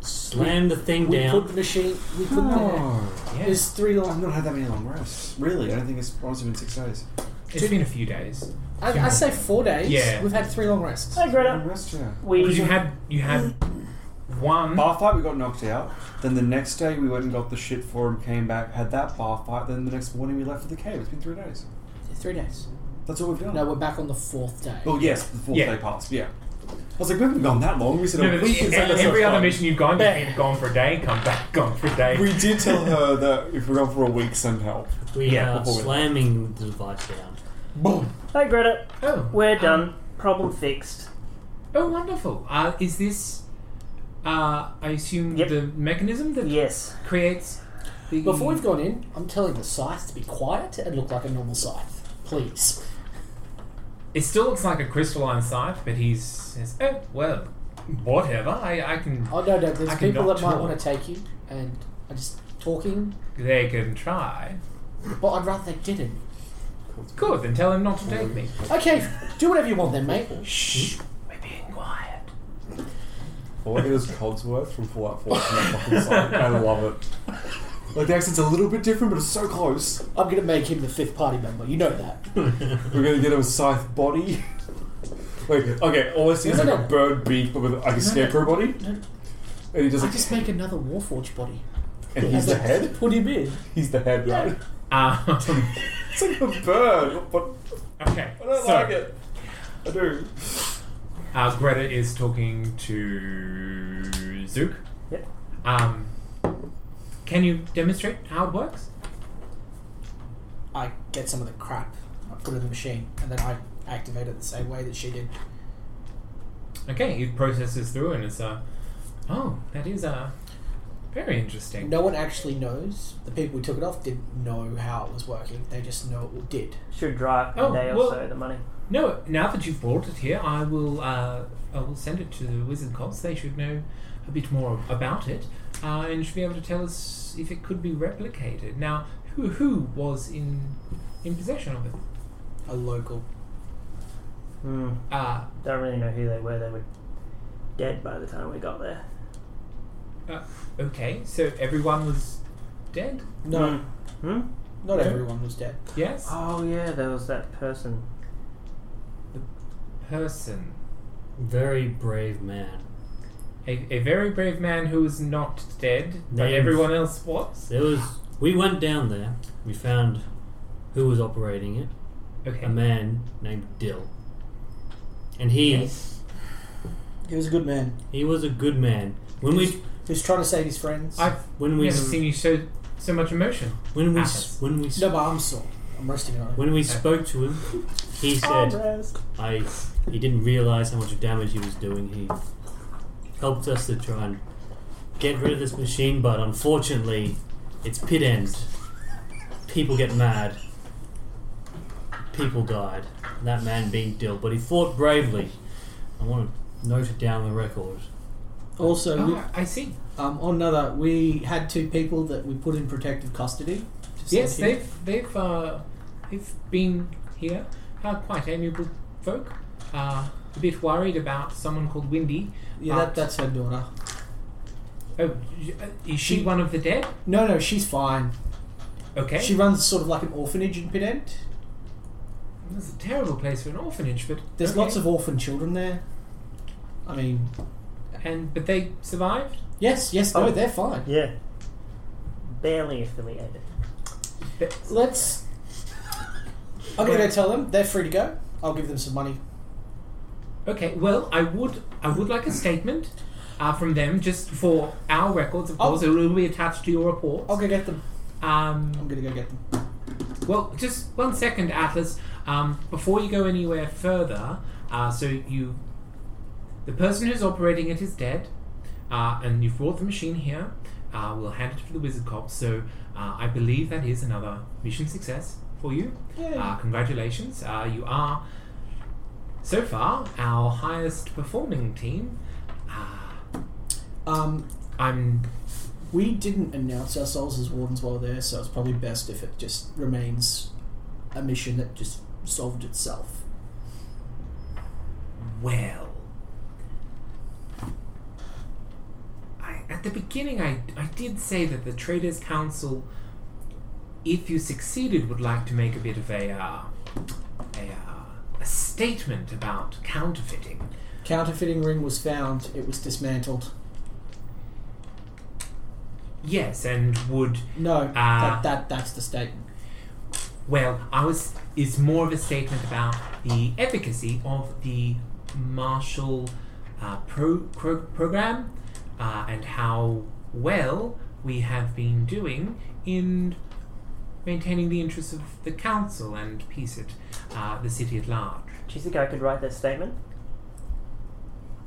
Speaker 5: slammed the thing
Speaker 4: We
Speaker 5: down.
Speaker 4: put the machine. We put the.
Speaker 7: No.
Speaker 3: Yeah,
Speaker 4: There's three
Speaker 7: Oh. I've
Speaker 4: long.
Speaker 7: not had that many long rests. Really, I don't think it's honestly been six days.
Speaker 3: it's been a few days.
Speaker 4: I, I say four days.
Speaker 3: Yeah.
Speaker 4: We've had three long rests.
Speaker 6: hi
Speaker 7: Long
Speaker 6: Greta.
Speaker 7: rest, yeah.
Speaker 3: Because you
Speaker 6: We
Speaker 3: had, you had one...
Speaker 7: Bar fight, we got knocked out. Then the next day, we went and got the shit for him. Came back, had that bar fight. Then the next morning, we left for the cave. It's been three days.
Speaker 4: Three days.
Speaker 7: That's all we've done.
Speaker 4: No, we're back on the fourth day.
Speaker 3: Oh.
Speaker 7: Well, yes, the fourth
Speaker 3: Yeah.
Speaker 7: day passed. Yeah. I was like, we haven't gone that long. We said "Oh,
Speaker 3: No,
Speaker 7: a
Speaker 3: but
Speaker 7: week. It's like, that's
Speaker 3: every
Speaker 7: not
Speaker 3: other
Speaker 7: fun.
Speaker 3: mission you've gone, you've been gone for a day, come back, gone for a day.
Speaker 7: We did tell her that if we're gone for a week, send help.
Speaker 5: we
Speaker 3: Yeah,
Speaker 5: are
Speaker 7: before we-
Speaker 5: slamming the device down.
Speaker 7: Boom.
Speaker 6: hi Greta.
Speaker 3: oh,
Speaker 6: We're
Speaker 3: um,
Speaker 6: done. Problem fixed.
Speaker 3: Oh, wonderful. Uh, is this, uh, I assume,
Speaker 6: Yep.
Speaker 3: the mechanism that
Speaker 6: Yes.
Speaker 3: creates the.
Speaker 4: Before we've gone in, I'm telling the scythe to be quiet and look like a normal scythe. Please.
Speaker 3: It still looks like a crystalline scythe, but he's. says, oh, well, whatever. I, I can.
Speaker 4: Oh, no, no. There's
Speaker 3: I
Speaker 4: people
Speaker 3: cannot
Speaker 4: that might
Speaker 3: talk.
Speaker 4: want to take you, and I just talking.
Speaker 3: They can try.
Speaker 4: But I'd rather they didn't.
Speaker 3: Good, then tell him not to take me.
Speaker 4: Okay, do whatever you want then, mate.
Speaker 3: Shh, we're being quiet.
Speaker 7: All I get is Codsworth from Fallout 4 from that fucking side. I love it. Like the accent's a little bit different, but it's so close.
Speaker 4: I'm going to make him the fifth party member. You know that.
Speaker 7: We're gonna get a scythe body. Wait, okay, all I see is
Speaker 4: No,
Speaker 7: like
Speaker 4: no,
Speaker 7: a
Speaker 4: no.
Speaker 7: bird beak, but with like a scarecrow body. And he does
Speaker 4: I
Speaker 7: like,
Speaker 4: just make another Warforged body.
Speaker 7: and he's the head.
Speaker 4: What do you mean?
Speaker 7: He's the head, right?
Speaker 3: Um,
Speaker 7: It's like a bird, but
Speaker 3: okay.
Speaker 7: I don't
Speaker 3: so,
Speaker 7: like it. I do.
Speaker 3: Uh, Greta is talking to Zook.
Speaker 6: Yep.
Speaker 3: Um, can you demonstrate how it works?
Speaker 4: I get some of the crap, I put it in the machine, and then I activate it the same way that she did.
Speaker 3: Okay, he processes through and it's uh, oh, that is uh, very interesting.
Speaker 4: No one actually knows. The people who took it off didn't know how it was working. They just know it did.
Speaker 6: Should drive
Speaker 3: Oh,
Speaker 6: a day
Speaker 3: well-
Speaker 6: or so the money.
Speaker 3: No, now that you've brought it here, I will uh, I will send it to the wizard cops. They should know a bit more about it uh, and should be able to tell us if it could be replicated. Now, who who was in in possession of it?
Speaker 4: A local.
Speaker 6: Hmm.
Speaker 3: Uh,
Speaker 6: Don't really know who they were. They were dead by the time we got there.
Speaker 3: uh, okay, so everyone was dead.
Speaker 4: No,
Speaker 6: Hmm?
Speaker 4: not
Speaker 3: Yeah.
Speaker 4: everyone was dead.
Speaker 3: Yes,
Speaker 6: Oh yeah, there was that person.
Speaker 3: person,
Speaker 5: Very brave man.
Speaker 3: a, a very brave man who was not dead, but
Speaker 5: Names.
Speaker 3: everyone else was.
Speaker 5: There was. We went down there. We found who was operating it.
Speaker 3: Okay,
Speaker 5: A man named Dill. And he
Speaker 4: He was a good man.
Speaker 5: he was a good man. When we
Speaker 4: He was trying to save his friends.
Speaker 3: I've
Speaker 5: when we
Speaker 3: never seen you show so much emotion.
Speaker 5: when we
Speaker 3: Athens.
Speaker 5: when we
Speaker 4: no, but I'm sore. I'm resting on it.
Speaker 5: when we spoke to him, he
Speaker 6: Oh,
Speaker 5: said I he didn't realize how much damage he was doing. He helped us to try and get rid of this machine, but unfortunately, it's pit end. People get mad. People died. That man being Dill, but he fought bravely. I want to note it down the record.
Speaker 4: Also, we,
Speaker 3: Ah, I see.
Speaker 4: um, on another, we had two people that we put in protective custody. Just
Speaker 3: Yes,
Speaker 4: like you.
Speaker 3: they've they've uh, they've been here. Uh, quite amiable folk. Uh, a bit worried about someone called Windy.
Speaker 4: Yeah, that, that's her daughter.
Speaker 3: Oh, y- uh, is she one of the dead?
Speaker 4: No, no, she's fine.
Speaker 3: Okay.
Speaker 4: She runs sort of like an orphanage in Pit End.
Speaker 3: That's a terrible place for an orphanage, but
Speaker 4: There's
Speaker 3: okay.
Speaker 4: lots of orphan children there. I mean,
Speaker 3: and but they survived.
Speaker 4: yes, yes,
Speaker 3: Oh.
Speaker 4: no, they're fine.
Speaker 6: Yeah. Barely affiliated.
Speaker 4: Let's. I'm gonna go tell them they're free to go. I'll give them some money.
Speaker 3: Okay. Well, I would I would like a statement. Uh, from them, just for our records, of course, it will be attached to your report.
Speaker 4: I'll go get them.
Speaker 3: Um,
Speaker 4: I'm gonna go get them.
Speaker 3: Well, just one second, Atlas. Um, before you go anywhere further, uh, so you, the person who's operating it is dead, uh, and you've brought the machine here. Uh, we'll hand it to the wizard cop. So uh, I believe that is another mission success for you. Uh, congratulations, uh, you are so far our highest performing team.
Speaker 4: Um,
Speaker 3: I'm
Speaker 4: we didn't announce ourselves as wardens while there, so it's probably best if it just remains a mission that just solved itself.
Speaker 3: Well, I, at the beginning, I, I did say that the Traders Council, if you succeeded, would like to make a bit of a, uh, a, uh, a statement about counterfeiting.
Speaker 4: Counterfeiting ring was found. It was dismantled.
Speaker 3: Yes, and would
Speaker 4: No,
Speaker 3: Ah.
Speaker 4: that, that that's the statement.
Speaker 3: Well, ours is more of a statement about the efficacy of the martial uh, pro- pro- program uh, and how well we have been doing in maintaining the interests of the council and peace at uh, the city at large.
Speaker 6: Do you think I could write that statement?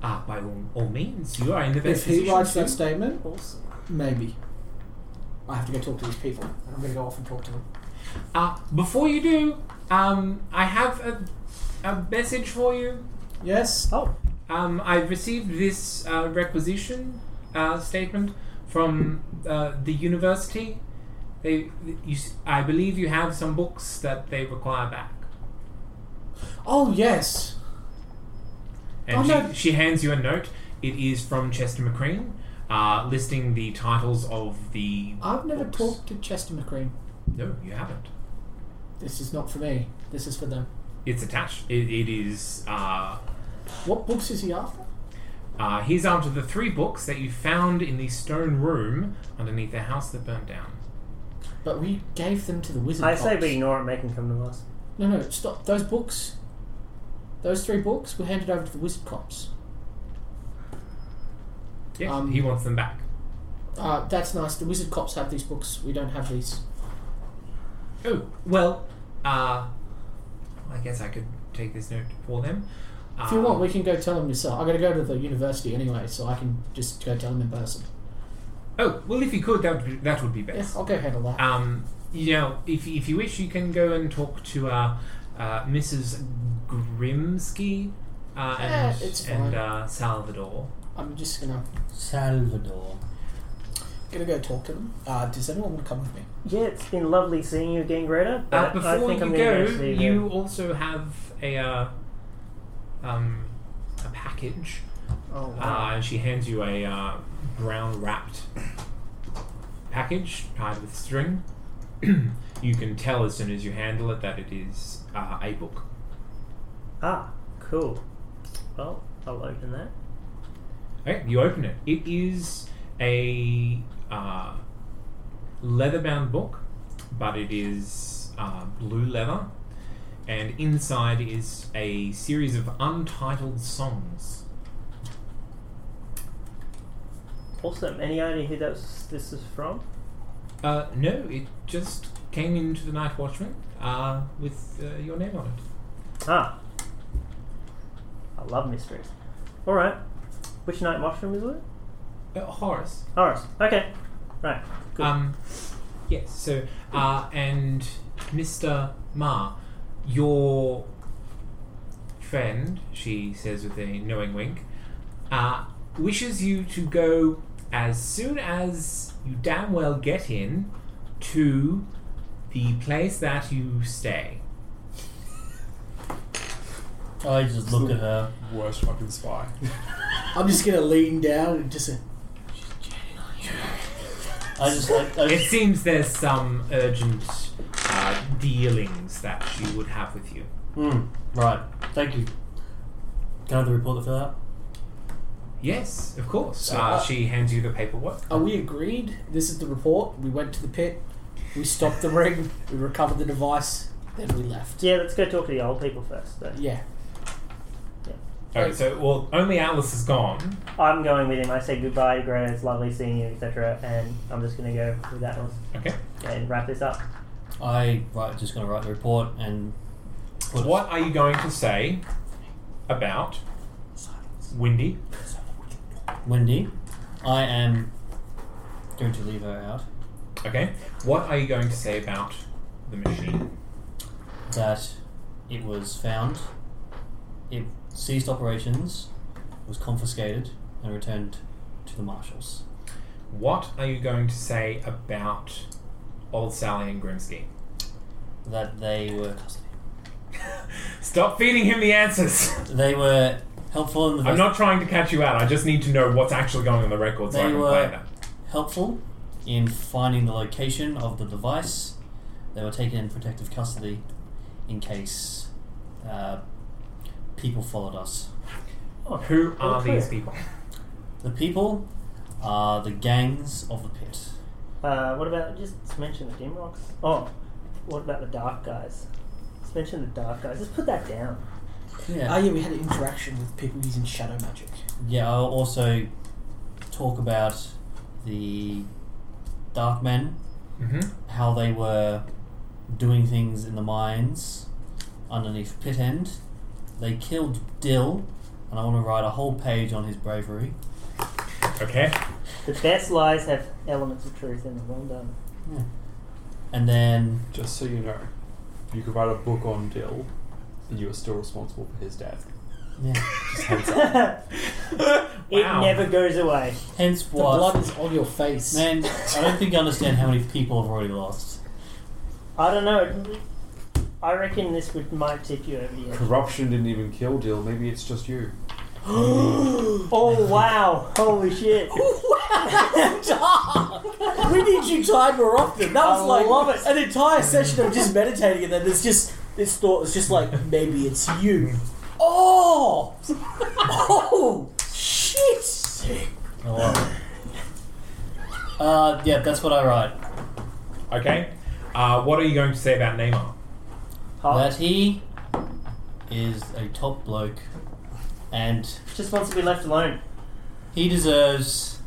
Speaker 3: Uh, by all, all means, you are in the best
Speaker 4: If he
Speaker 3: position
Speaker 4: writes
Speaker 3: to-
Speaker 4: that statement,
Speaker 6: Awesome.
Speaker 4: Maybe. I have to go talk to these people. I'm going to go off and talk to them.
Speaker 3: Uh, before you do, um, I have a, a message for you.
Speaker 4: Yes? Oh.
Speaker 3: Um, I've received this uh, requisition uh, statement from uh, the university. They, you, s- I believe you have some books that they require back.
Speaker 4: Oh, yes.
Speaker 3: And
Speaker 4: Oh,
Speaker 3: she,
Speaker 4: no.
Speaker 3: she hands you a note. It is from Chester McCrean. uh, listing the titles of the.
Speaker 4: I've never
Speaker 3: books.
Speaker 4: talked to Chester McCrean.
Speaker 3: No, you haven't.
Speaker 4: This is not for me. This is for them.
Speaker 3: It's attached. It, it is. Uh,
Speaker 4: What books is he after?
Speaker 3: uh, he's after the three books that you found in the stone room underneath the house that burnt down.
Speaker 4: But we gave them to the wizard.
Speaker 6: I say
Speaker 4: cops.
Speaker 6: we ignore it, make him come to us.
Speaker 4: No, no, stop. Those books, those three books, were handed over to the wizard cops.
Speaker 3: Yeah,
Speaker 4: Um,
Speaker 3: he wants them back.
Speaker 4: Uh, that's nice. The wizard cops have these books. We don't have these.
Speaker 3: Oh well. Uh, I guess I could take this note for them. Um,
Speaker 4: If you want, we can go tell them yourself. I got to go to the university anyway, so I can just go tell them in person.
Speaker 3: Oh well, if you could, that would be, that would be best.
Speaker 4: Yes, I'll go handle that.
Speaker 3: Um, you know, if, if you wish, you can go and talk to uh, uh, Mrs. Grimsky uh, and,
Speaker 4: Eh, it's
Speaker 3: and
Speaker 4: fine.
Speaker 3: uh, Salvador.
Speaker 4: I'm just gonna
Speaker 5: Salvador.
Speaker 4: gonna go talk to them. Uh, does anyone want to come with me?
Speaker 6: Yeah, it's been lovely seeing you again, Greta.
Speaker 3: Uh,
Speaker 6: But I
Speaker 3: before
Speaker 6: think
Speaker 3: you
Speaker 6: I'm
Speaker 3: go,
Speaker 6: gonna go see
Speaker 3: you
Speaker 4: uh,
Speaker 3: also have a uh, um, a package.
Speaker 4: Oh,
Speaker 3: Uh, and she hands you a uh, brown wrapped package tied with string. you can tell as soon as you handle it that it is uh, a book.
Speaker 6: Ah, cool. Well, I'll open that.
Speaker 3: Okay, you open it. It is a uh, leather-bound book, but it is uh, blue leather, and inside is a series of untitled songs.
Speaker 6: Awesome. Any idea who that's, this is from?
Speaker 3: Uh, no, it just came into the Night Watchman uh, with uh, your name on it.
Speaker 6: Ah. I love mysteries. Alright. Which night mushroom is it?
Speaker 3: Uh, Horace.
Speaker 6: Horus. Okay. Right. Good.
Speaker 3: Um, yes. So, uh, and Mr. Ma, your friend, she says with a knowing wink, uh, wishes you to go as soon as you damn well get in to the place that you stay.
Speaker 5: I just look at her.
Speaker 7: Worst fucking spy.
Speaker 4: I'm just gonna lean down and just.
Speaker 5: I just like. I
Speaker 3: It
Speaker 5: just,
Speaker 3: seems there's some urgent uh, dealings that she would have with you.
Speaker 5: mm, right. Thank you. Can I have the report for that?
Speaker 3: Yes, of course. uh, she hands you the paperwork.
Speaker 4: Are we agreed? This is the report. We went to the pit. We stopped the ring. We recovered the device. Then we left.
Speaker 6: yeah, let's go talk to the old people first. Though.
Speaker 4: Yeah.
Speaker 3: Okay, so well, only Alice is gone.
Speaker 6: I'm going with him. I say goodbye, Greta. It's lovely seeing you, etc. And I'm just going to go with that one
Speaker 3: Okay.
Speaker 6: and wrap this up.
Speaker 5: I right just gonna write the report and put
Speaker 3: What are you going to say about Windy?
Speaker 5: Wendy. I am going to leave her out.
Speaker 3: Okay. What are you going to say about the machine?
Speaker 5: that it was found, it ceased operations, was confiscated, and returned to the marshals.
Speaker 3: What are you going to say about Old Sally and Grimsky?
Speaker 5: That they were
Speaker 3: Stop feeding him the answers.
Speaker 5: they were helpful in the
Speaker 3: I'm not trying to catch you out. I just need to know what's actually going on the record so I
Speaker 5: They
Speaker 3: can
Speaker 5: were-
Speaker 3: play that.
Speaker 5: helpful in finding the location of the device. They were taken in protective custody in case uh, people followed us.
Speaker 3: Who are
Speaker 6: Okay.
Speaker 3: these people?
Speaker 5: The people are the gangs of the pit.
Speaker 6: Uh, what about just mention the dim rocks? Oh, what about the dark guys? Let's mention the dark guys. Just put that down.
Speaker 5: Yeah.
Speaker 4: Oh yeah, we had an interaction with people using shadow magic.
Speaker 5: Yeah, I'll also talk about the Dark Men,
Speaker 3: hmm
Speaker 5: how they were doing things in the mines underneath Pit End. They killed Dill, and I want to write a whole page on his bravery.
Speaker 3: Okay.
Speaker 6: The best lies have elements of truth in them. Well done.
Speaker 5: And then,
Speaker 7: Just so you know, you could write a book on Dill, and you are still responsible for his death.
Speaker 5: yeah,
Speaker 6: It never goes away.
Speaker 5: hence
Speaker 4: The blood
Speaker 5: what.
Speaker 4: is on your face.
Speaker 5: Man, I don't think you understand how many people I've already lost.
Speaker 6: I don't know. I reckon this would might tip you over the edge.
Speaker 7: Corruption didn't even kill Dill. Maybe it's just you.
Speaker 6: Oh wow! Holy shit!
Speaker 4: When did you timer off them? That was
Speaker 6: I
Speaker 4: like
Speaker 6: love it.
Speaker 4: an entire session of just meditating, and then there's just this thought. It's just like maybe it's you. Oh, oh, shit!
Speaker 5: Oh, wow. Uh, yeah, that's what I write.
Speaker 3: Okay. Uh, what are you going to say about Neymar?
Speaker 4: Oh.
Speaker 5: That he is a top bloke, and
Speaker 6: Just wants to be left alone.
Speaker 5: he deserves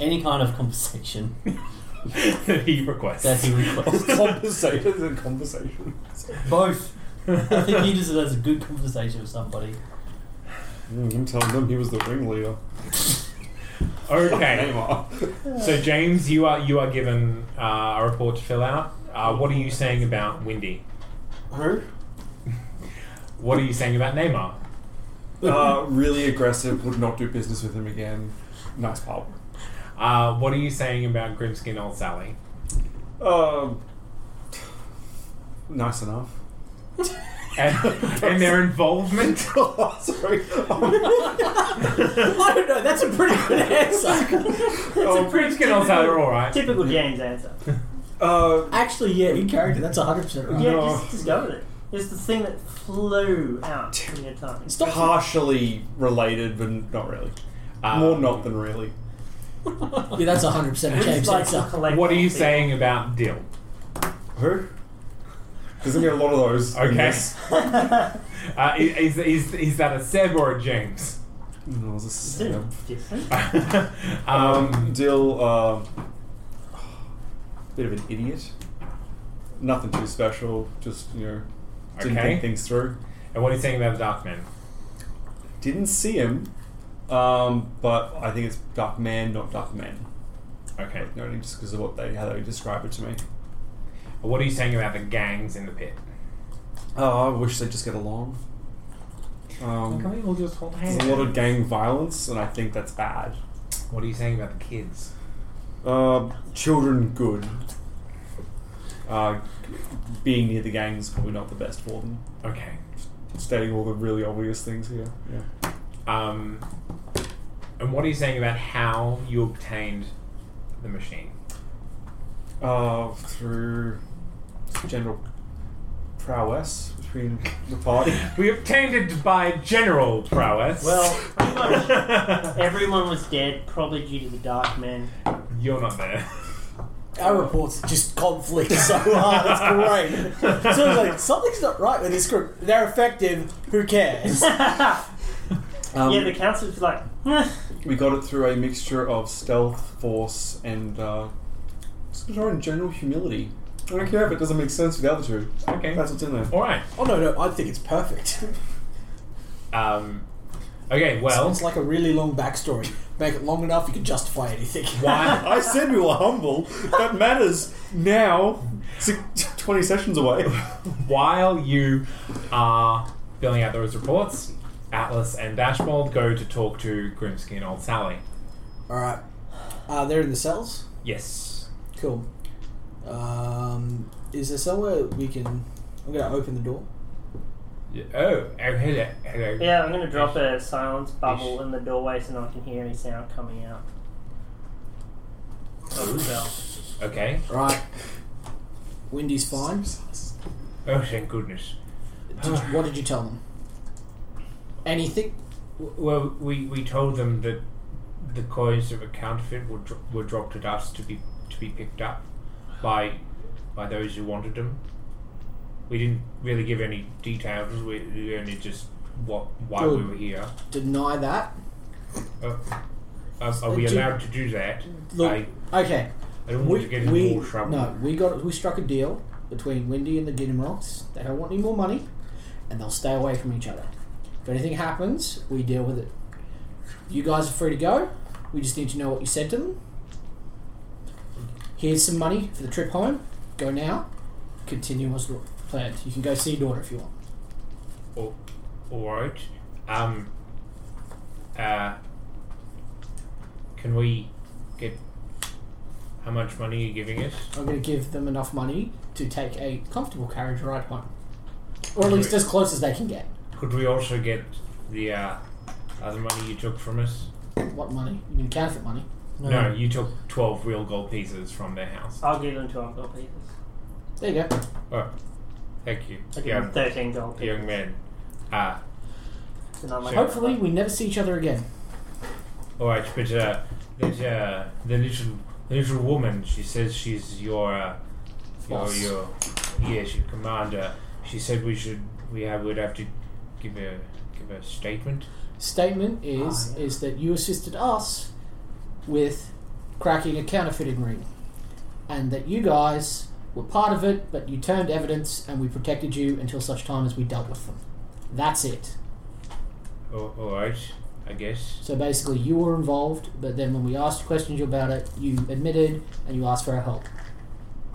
Speaker 5: any kind of compensation
Speaker 3: he requests.
Speaker 5: that he requests.
Speaker 7: Conversations and conversations.
Speaker 5: Both. I think he deserves a good conversation with somebody.
Speaker 7: Mm, I'm telling them he was the ringleader.
Speaker 3: okay.
Speaker 7: Neymar.
Speaker 3: So James, you are you are given uh, a report to fill out. Uh, what are you saying about Windy?
Speaker 4: Who?
Speaker 3: What are you saying about Neymar?
Speaker 7: Uh, really aggressive, would not do business with him again. Nice pub.
Speaker 3: Uh, what are you saying about Grimskin Old Sally?
Speaker 7: Um, nice enough.
Speaker 3: And, and their involvement?
Speaker 7: Oh, sorry.
Speaker 4: I don't know. That's a pretty good answer.
Speaker 3: Oh, Grimskin Old Sally are alright.
Speaker 6: Typical James answer.
Speaker 7: Uh,
Speaker 4: Actually, yeah, in character, that's hundred percent right.
Speaker 6: Yeah, just, just go with it. It's the thing that flew out from your tongue.
Speaker 7: it's partially related, but not really.
Speaker 3: Uh,
Speaker 7: More not than really.
Speaker 4: Yeah, that's hundred percent a James
Speaker 6: It's like
Speaker 4: answer.
Speaker 3: What are you saying about Dill?
Speaker 7: Who? There's gonna be a lot of those. in
Speaker 3: Okay.
Speaker 7: this.
Speaker 3: Uh, is, is, is that a Seb or a James?
Speaker 7: No, it was a snap.
Speaker 6: Different.
Speaker 3: um,
Speaker 7: Um, Dill, uh, bit of an idiot. Nothing too special. Just you know, didn't
Speaker 3: Okay.
Speaker 7: think things through.
Speaker 3: and what are you saying about the Dark Man?
Speaker 7: Didn't see him, um, but I think it's Duck Man, not Duck Man.
Speaker 3: Okay.
Speaker 7: No, just because of what they how they describe it to me.
Speaker 3: What are you saying about the gangs in the pit?
Speaker 7: Oh, I wish they would just get along. Um,
Speaker 3: we all just hold
Speaker 7: there's a lot of gang violence, and I think that's bad.
Speaker 3: What are you saying about the kids?
Speaker 7: Uh, children good. Uh, being near the gang is probably not the best for them.
Speaker 3: Okay.
Speaker 7: Stating all the really obvious things here. Yeah.
Speaker 3: Um, and what are you saying about how you obtained the machine?
Speaker 7: Uh, through general prowess between the party.
Speaker 3: We obtained it by general prowess.
Speaker 6: Well, pretty much everyone was dead, probably due to the Dark Man.
Speaker 3: you're not there.
Speaker 4: Our reports are just conflict so hard. It's great. So it's like something's not right with this group. They're effective. Who cares? Oh.
Speaker 7: Um,
Speaker 6: yeah, the council was like, "Huh."
Speaker 7: we got it through a mixture of stealth, force, and uh, just our own general humility. I don't care if it doesn't make sense with the other two.
Speaker 3: Okay.
Speaker 7: That's what's in there.
Speaker 3: All right.
Speaker 4: Oh no, no, I think it's perfect.
Speaker 3: Um, okay. Well,
Speaker 4: It's like a really long backstory. Make it long enough, you can justify anything.
Speaker 3: why?
Speaker 7: I said we were humble. That matters now. Six, 20 sessions away.
Speaker 3: While you are filling out those reports, Atlas and Dashbold go to talk to Grimsky and Old Sally.
Speaker 4: All right, uh, they're in the cells.
Speaker 3: Yes.
Speaker 4: Cool. Um, is there somewhere we can? I'm gonna open the door.
Speaker 3: Yeah. Oh, oh, hello, hello.
Speaker 6: yeah, I'm gonna drop a silence bubble in the doorway so no one can hear any sound coming out. Of the cell.
Speaker 3: Okay.
Speaker 4: All right. Windy's fine.
Speaker 3: Oh, thank goodness.
Speaker 4: Did you- what did you tell them? Anything?
Speaker 3: W- Well, we, we told them that the coins that were counterfeit were, dro- were dropped at us to be to be picked up by by those who wanted them. We didn't really give any details. We, we only just what why we
Speaker 4: Good.
Speaker 3: were here.
Speaker 4: Deny that.
Speaker 3: Uh, are, are we
Speaker 4: uh, do-
Speaker 3: allowed to do that?
Speaker 4: Look,
Speaker 3: I,
Speaker 4: okay.
Speaker 3: I don't want
Speaker 4: We,
Speaker 3: to get in
Speaker 4: we-
Speaker 3: more trouble.
Speaker 4: no, we got we struck a deal between Windy and the Guinemarocks. They don't want any more money, and they'll stay away from each other. If anything happens, we deal with it. You guys are free to go. We just need to know what you said to them. Here's some money for the trip home. Go now. Continue as planned. You can go see your daughter if you want.
Speaker 3: All, all right. Um. Uh. Can we get how much money are you giving us?
Speaker 4: I'm going to give them enough money to take a comfortable carriage ride home, or at least as close as they can get.
Speaker 3: Could we also get the uh, Other money you took from us?
Speaker 4: What money? You mean counterfeit money?
Speaker 3: No, you took 12 real gold pieces from their house.
Speaker 6: I'll give them 12 gold pieces.
Speaker 4: There you go.
Speaker 3: Oh, thank you.
Speaker 6: I'll give
Speaker 3: Young,
Speaker 6: them 13 gold pieces.
Speaker 3: young man. Ah,
Speaker 6: And I'm like,
Speaker 3: Sure.
Speaker 4: Hopefully, we never see each other again.
Speaker 3: alright, but uh, that, uh, the, little, the little woman, she says she's your. Uh, your,
Speaker 4: Boss.
Speaker 3: your. Yes, your commander. She said we should. We have, would have to give a, give a statement.
Speaker 4: Statement is is that you assisted us with cracking a counterfeiting ring, and that you guys were part of it, but you turned evidence, and we protected you until such time as we dealt with them. That's it.
Speaker 3: Oh, alright, I guess.
Speaker 4: So basically, you were involved, but then when we asked questions about it, you admitted and you asked for our help,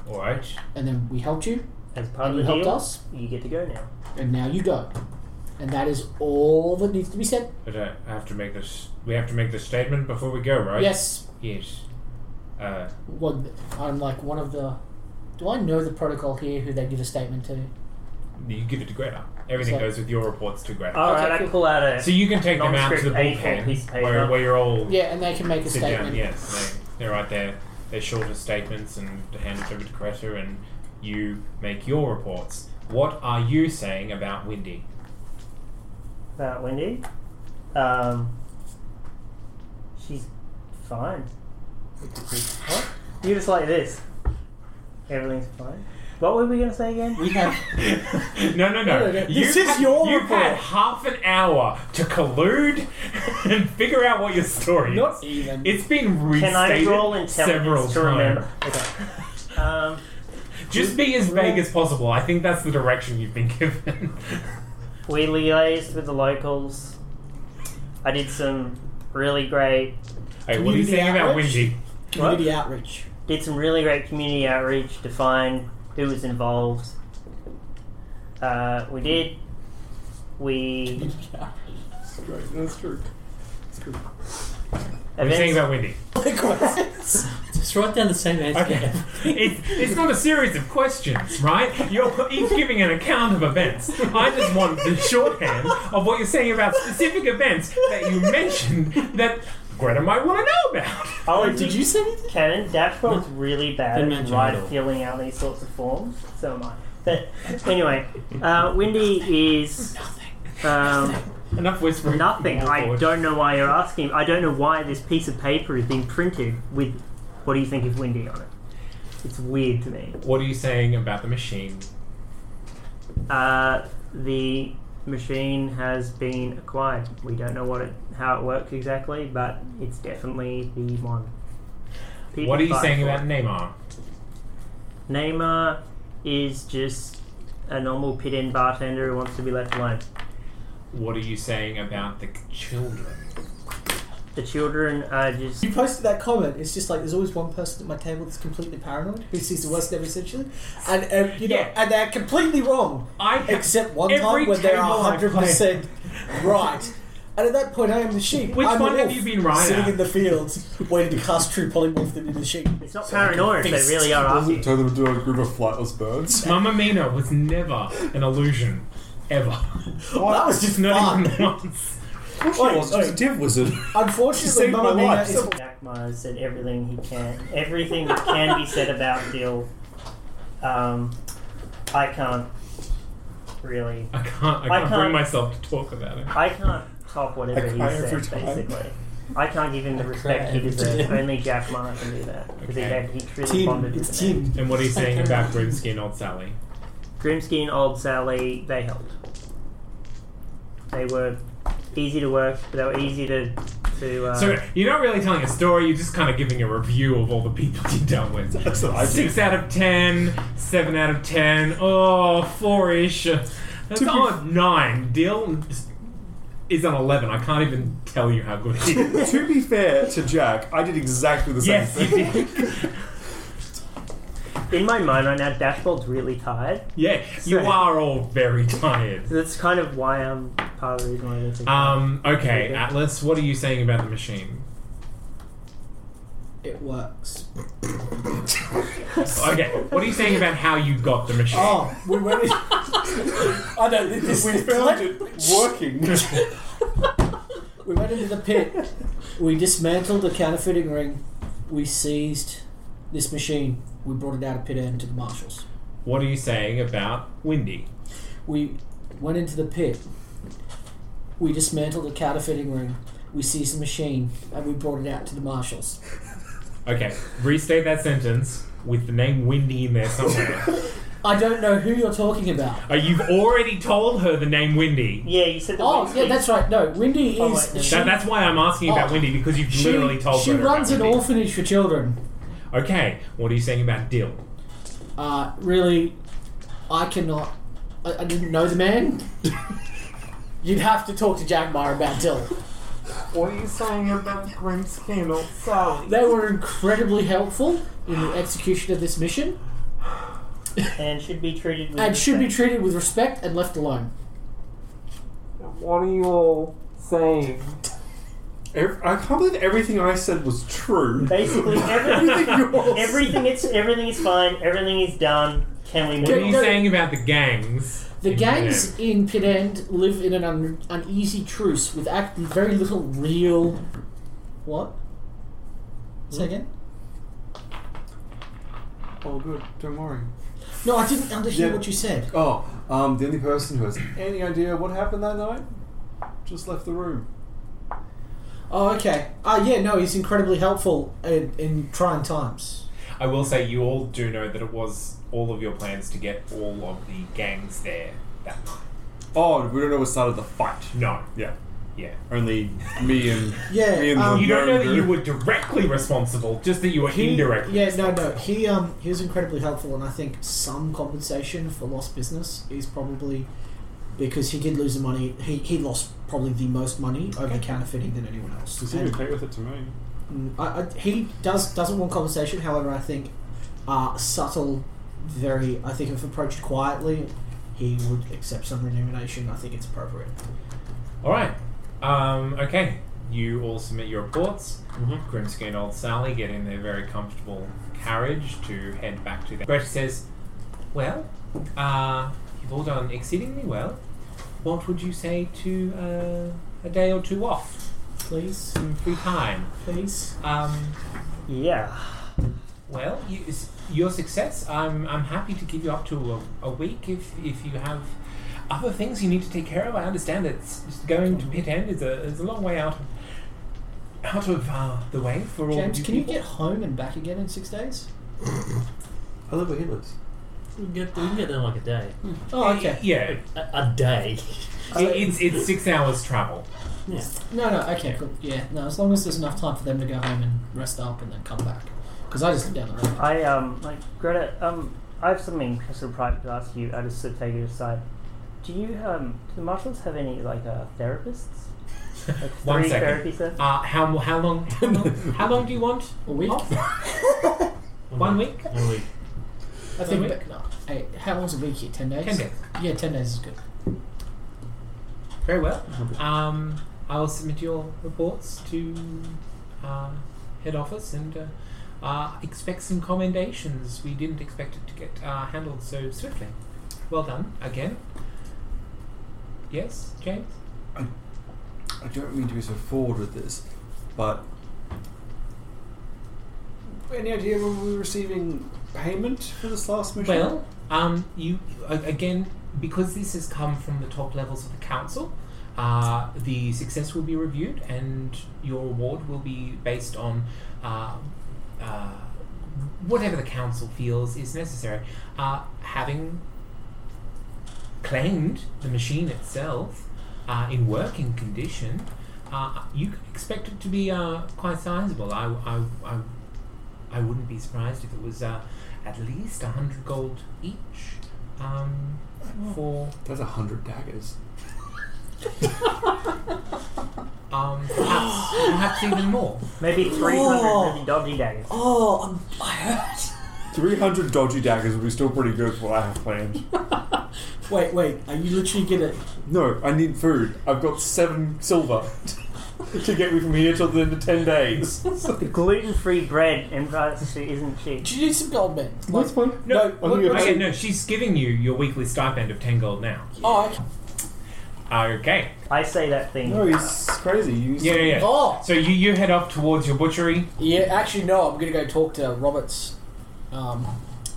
Speaker 3: Alright.
Speaker 4: and then we helped you,
Speaker 6: as part
Speaker 4: and
Speaker 6: of
Speaker 4: you
Speaker 6: the
Speaker 4: helped
Speaker 6: deal,
Speaker 4: us,
Speaker 6: you get to go now.
Speaker 4: and now you go. And that is all that needs to be said.
Speaker 3: But uh, I have to make this. We have to make this statement before we go, right?
Speaker 4: Yes,
Speaker 3: Yes. Uh,
Speaker 4: Well, I'm like one of the. Do I know the protocol here? Who they give a statement to?
Speaker 3: you give it to Greta. Everything
Speaker 4: So-
Speaker 3: goes with your reports to Greta.
Speaker 6: Alright, I
Speaker 4: cool.
Speaker 6: pull out a.
Speaker 3: so you can take them out to the
Speaker 6: Uh, Nondescript A4
Speaker 3: bullpen
Speaker 6: piece of paper.
Speaker 3: where, where you're all
Speaker 4: Yeah, and they can make a
Speaker 3: sit
Speaker 4: statement.
Speaker 3: down. Yes, they, they write their their shorter statements and hand it over to Greta, and you make your reports. What are you saying about Windy?
Speaker 6: about Wendy. Um, she's fine. What? You're just like this. Everything's fine. What were we going to say again?
Speaker 4: We have.
Speaker 3: No, no, no.
Speaker 4: This
Speaker 3: You've
Speaker 4: is
Speaker 3: had-
Speaker 4: your
Speaker 3: You've had
Speaker 4: report.
Speaker 3: half an hour to collude and figure out what your story is.
Speaker 4: Not even.
Speaker 3: It's been restated
Speaker 6: Can I roll
Speaker 3: several times.
Speaker 6: intelligence to remember? Okay. Um,
Speaker 3: Just be as vague as possible. I think that's the direction you've been given.
Speaker 6: we liaised with the locals. I did some really great
Speaker 3: hey, what are you
Speaker 4: Community
Speaker 3: saying about
Speaker 4: outreach?
Speaker 3: Windy?
Speaker 4: Community outreach.
Speaker 6: did some really great community outreach to find who was involved. Uh, we did. We
Speaker 7: That's great. That's true. That's good.
Speaker 3: What are you saying
Speaker 6: events-
Speaker 3: about Windy?
Speaker 5: Just write down the same answer.
Speaker 3: Okay. it's, it's not a series of questions, right? You're each giving an account of events. I just want the shorthand of what you're saying about specific events that you mentioned that Greta might want to know about.
Speaker 6: Oh,
Speaker 5: Did you say anything?
Speaker 6: Canon, Dashboard's really bad
Speaker 5: Didn't
Speaker 6: at
Speaker 5: mention
Speaker 6: right
Speaker 5: it at all.
Speaker 6: filling out these sorts of forms. So am I. But anyway, uh, Windy is um,
Speaker 3: Enough whispering.
Speaker 6: nothing.
Speaker 3: Move
Speaker 6: I
Speaker 3: forward.
Speaker 6: don't know why you're asking. I don't know why this piece of paper is being printed with "What do you think of Windy" on it. It's weird to me.
Speaker 3: What are you saying about the machine?
Speaker 6: Uh, the machine has been acquired. We don't know what it, how it works exactly, but it's definitely the one. People
Speaker 3: What are you
Speaker 6: fight
Speaker 3: saying
Speaker 6: for
Speaker 3: about
Speaker 6: it.
Speaker 3: Neymar?
Speaker 6: Neymar is just a normal pit end bartender who wants to be left alone.
Speaker 3: What are you saying about the children?
Speaker 6: The children are just.
Speaker 4: You posted that comment. It's just like there's always one person at my table that's completely paranoid who sees the worst in every situation, and, and you know,
Speaker 3: Yeah.
Speaker 4: and they're completely wrong.
Speaker 3: I have-
Speaker 4: except one
Speaker 3: every
Speaker 4: time when they're
Speaker 3: table I
Speaker 4: hundred percent right. And at that point, I am the sheep.
Speaker 3: Which
Speaker 4: I'm the
Speaker 3: one have
Speaker 4: wolf,
Speaker 3: you been right
Speaker 4: Sitting
Speaker 3: at?
Speaker 4: in the fields, waiting to cast true polymorph into the sheep.
Speaker 6: It's not paranoia if they really are after you.
Speaker 7: Tell them to do a group of flightless birds.
Speaker 3: Mamma Mia was never an illusion, ever.
Speaker 7: Well,
Speaker 4: that was just
Speaker 3: Not
Speaker 4: fun.
Speaker 3: even once.
Speaker 7: Of course it was. It's a dev wizard.
Speaker 4: Unfortunately,
Speaker 7: saved
Speaker 4: Mamma
Speaker 7: my
Speaker 4: Mia
Speaker 7: life.
Speaker 4: is
Speaker 6: Jack Ma has said everything he can, everything that can be said about Dill. Um, I can't really.
Speaker 3: I can't. I can't,
Speaker 6: I
Speaker 3: bring
Speaker 6: can't-
Speaker 3: myself to talk about it.
Speaker 6: I can't top whatever
Speaker 7: I
Speaker 6: he
Speaker 7: cry every
Speaker 6: said,
Speaker 7: time.
Speaker 6: basically. I can't give him the respect he deserves. Only Jack Ma can do that because
Speaker 3: Okay.
Speaker 6: he had he truly
Speaker 4: Tim.
Speaker 6: bonded with
Speaker 4: It's
Speaker 6: the man.
Speaker 4: Tim.
Speaker 3: And what are you saying about Grimsky and Old Sally?
Speaker 6: Grimsky and Old Sally, they helped. They were easy to work, but they were easy to. to uh,
Speaker 3: So you're not really telling a story. You're just kind of giving a review of all the people you dealt with.
Speaker 7: That's what I did.
Speaker 3: Six out of ten, seven out of ten, oh, four-ish. That's on a nine. Dill is on eleven. I can't even tell you how good he is.
Speaker 7: to be fair to Jack, I did exactly the same
Speaker 3: yes, you
Speaker 7: thing.
Speaker 3: did.
Speaker 6: in my mind right now, Dashboard's really tired.
Speaker 3: Yeah, you
Speaker 6: So-
Speaker 3: are all very tired.
Speaker 6: That's kind of why I'm part of the reason why I don't think.
Speaker 3: Um, okay, Atlas, what are you saying about the machine?
Speaker 4: It works.
Speaker 3: Okay, what are you saying about how you got the machine?
Speaker 4: Oh, we went. In- I don't. This
Speaker 7: We found it working.
Speaker 4: We went into the pit. We dismantled the counterfeiting ring. We seized this machine. We brought it out of pit end to the marshals.
Speaker 3: What are you saying about Windy?
Speaker 4: We went into the pit. We dismantled the counterfeiting ring. We seized the machine and we brought it out to the marshals.
Speaker 3: Okay, restate that sentence with the name Windy in there somewhere.
Speaker 4: I don't know who you're talking about.
Speaker 3: Uh, you've already told her the name Windy.
Speaker 6: Yeah, you said that.
Speaker 4: Oh, yeah, that's right. No, Wendy
Speaker 6: Oh,
Speaker 4: is.
Speaker 6: wait, no.
Speaker 4: she,
Speaker 3: That, that's why I'm asking about
Speaker 4: Oh.
Speaker 3: Windy because you've
Speaker 4: she,
Speaker 3: literally told
Speaker 4: she
Speaker 3: her. about
Speaker 4: runs an
Speaker 3: Windy.
Speaker 4: orphanage for children.
Speaker 3: Okay, what are you saying about Dill?
Speaker 4: Uh, really, I cannot. I, I didn't know the man. You'd have to talk to Jackmar about Dill.
Speaker 7: What are you saying about green skin or Sally?
Speaker 4: They were incredibly helpful in the execution of this mission
Speaker 6: And should be treated with
Speaker 4: and should be
Speaker 6: respect.
Speaker 4: treated with respect and left alone.
Speaker 7: What are you all saying? I can't believe everything I said was true.
Speaker 6: Basically, everything,
Speaker 7: Everything you all said.
Speaker 6: everything, it's, everything is fine, everything is done. Can we
Speaker 3: What are you
Speaker 6: move?
Speaker 4: no-
Speaker 3: saying about the gangs?
Speaker 4: The
Speaker 3: in
Speaker 4: gangs in Pit End live in an un- uneasy truce with act- very little real. What? Say again?
Speaker 7: Oh, good. Don't worry.
Speaker 4: No, I didn't understand
Speaker 7: Yeah.
Speaker 4: what you said.
Speaker 7: Oh, um, the only person who has any idea what happened that night just left the room.
Speaker 4: Oh, okay. Ah, yeah, no, he's incredibly helpful in, in trying times.
Speaker 3: I will say you all do know that it was all of your plans to get all of the gangs there that night.
Speaker 7: Oh, we don't know what started the fight.
Speaker 3: No.
Speaker 7: Yeah.
Speaker 3: Yeah.
Speaker 7: Only me and
Speaker 4: Yeah,
Speaker 7: me and
Speaker 4: um,
Speaker 7: the
Speaker 3: You don't know that
Speaker 7: murderer.
Speaker 3: you were directly responsible, just that you were indirectly.
Speaker 4: Yeah, no, no. He um he was incredibly helpful, and I think some compensation for lost business is probably because he did lose the money. He, he lost probably the most money over counterfeiting than anyone else.
Speaker 7: He seemed
Speaker 4: And,
Speaker 7: okay with it to me.
Speaker 4: mm, I, I, he does doesn't want compensation. However, I think uh, subtle, very. I think if approached quietly, he would accept some remuneration. I think it's appropriate.
Speaker 3: All right. Um, okay. You all submit your reports.
Speaker 4: Mm-hmm.
Speaker 3: Grimsky and old Sally get in their very comfortable carriage to head back to their. Gretchen says, "Well, uh, you've all done exceedingly well. What would you say to uh, a day or two off,
Speaker 4: Please,
Speaker 3: some free time?
Speaker 4: please.
Speaker 3: Um,
Speaker 6: Yeah.
Speaker 3: well, you, s- your success. I'm I'm happy to give you up to a, a week if if you have." Other things you need to take care of. I understand that s- going to pit end is a, is a long way out of out of uh, the way for all.
Speaker 4: James,
Speaker 3: you
Speaker 4: can you
Speaker 3: people.
Speaker 4: get home and back again in six days?
Speaker 7: I live where he lives.
Speaker 5: We can get, we can get there in like a day.
Speaker 4: Oh, okay.
Speaker 3: Yeah,
Speaker 5: A, a day.
Speaker 4: Uh,
Speaker 3: It- it's it's six hours travel.
Speaker 5: Yeah.
Speaker 4: No, no, okay, cool. Yeah, no, as long as there's enough time for them to go home and rest up and then come back. Because I just live down the road.
Speaker 6: I um like Greta um I have something sort of private to ask you. I just sort of take it aside. Do you um do the marshals have any like uh, therapists? Like
Speaker 3: One
Speaker 6: three
Speaker 3: second.
Speaker 6: therapy sessions?
Speaker 3: Uh, how mo- how long how long, how long do you want? Oh,
Speaker 4: A week?
Speaker 3: Off? One week?
Speaker 5: One week.
Speaker 4: I think. but- No, hey, how long's a week here? Ten days?
Speaker 3: Ten days.
Speaker 4: Yeah, ten days is good.
Speaker 3: Very well. Um, I'll submit your reports to um, head office and uh, uh, expect some commendations. We didn't expect it to get uh, handled so swiftly. Well done again. Yes, James.
Speaker 7: I don't mean to be so forward with this, but any idea when we're receiving payment for this last mission?
Speaker 3: Well, um, you a- again because this has come from the top levels of the council. Uh, the success will be reviewed, and your award will be based on uh, uh, whatever the council feels is necessary. Uh, having claimed the machine itself uh, in working condition, uh, you can expect it to be uh, quite sizable. I, I, I, I wouldn't be surprised if it was uh, at least 100 gold each um, for
Speaker 7: that's a hundred daggers.
Speaker 3: um, perhaps, perhaps even more.
Speaker 6: Maybe three hundred really dodgy days.
Speaker 4: Oh, I'm, I heard.
Speaker 7: Three hundred dodgy daggers would be still pretty good for what I have planned.
Speaker 4: Wait, wait, are you literally gonna.
Speaker 7: no, I need food. I've got seven silver to get me from here till the end of ten days.
Speaker 6: Gluten free bread in rice isn't cheap.
Speaker 4: Do you need some gold, man? Like,
Speaker 7: That's fine.
Speaker 3: No,
Speaker 7: I'll give you a
Speaker 3: Okay,
Speaker 7: two.
Speaker 3: no, she's giving you your weekly stipend of 10 gold now.
Speaker 4: oh, okay.
Speaker 3: Uh, Okay.
Speaker 6: I say that thing.
Speaker 7: No, he's crazy. He's
Speaker 3: Yeah, yeah, yeah.
Speaker 4: Oh!
Speaker 3: So you, you head up towards your butchery.
Speaker 4: Yeah, actually, no. I'm gonna go talk to Robert's. Um,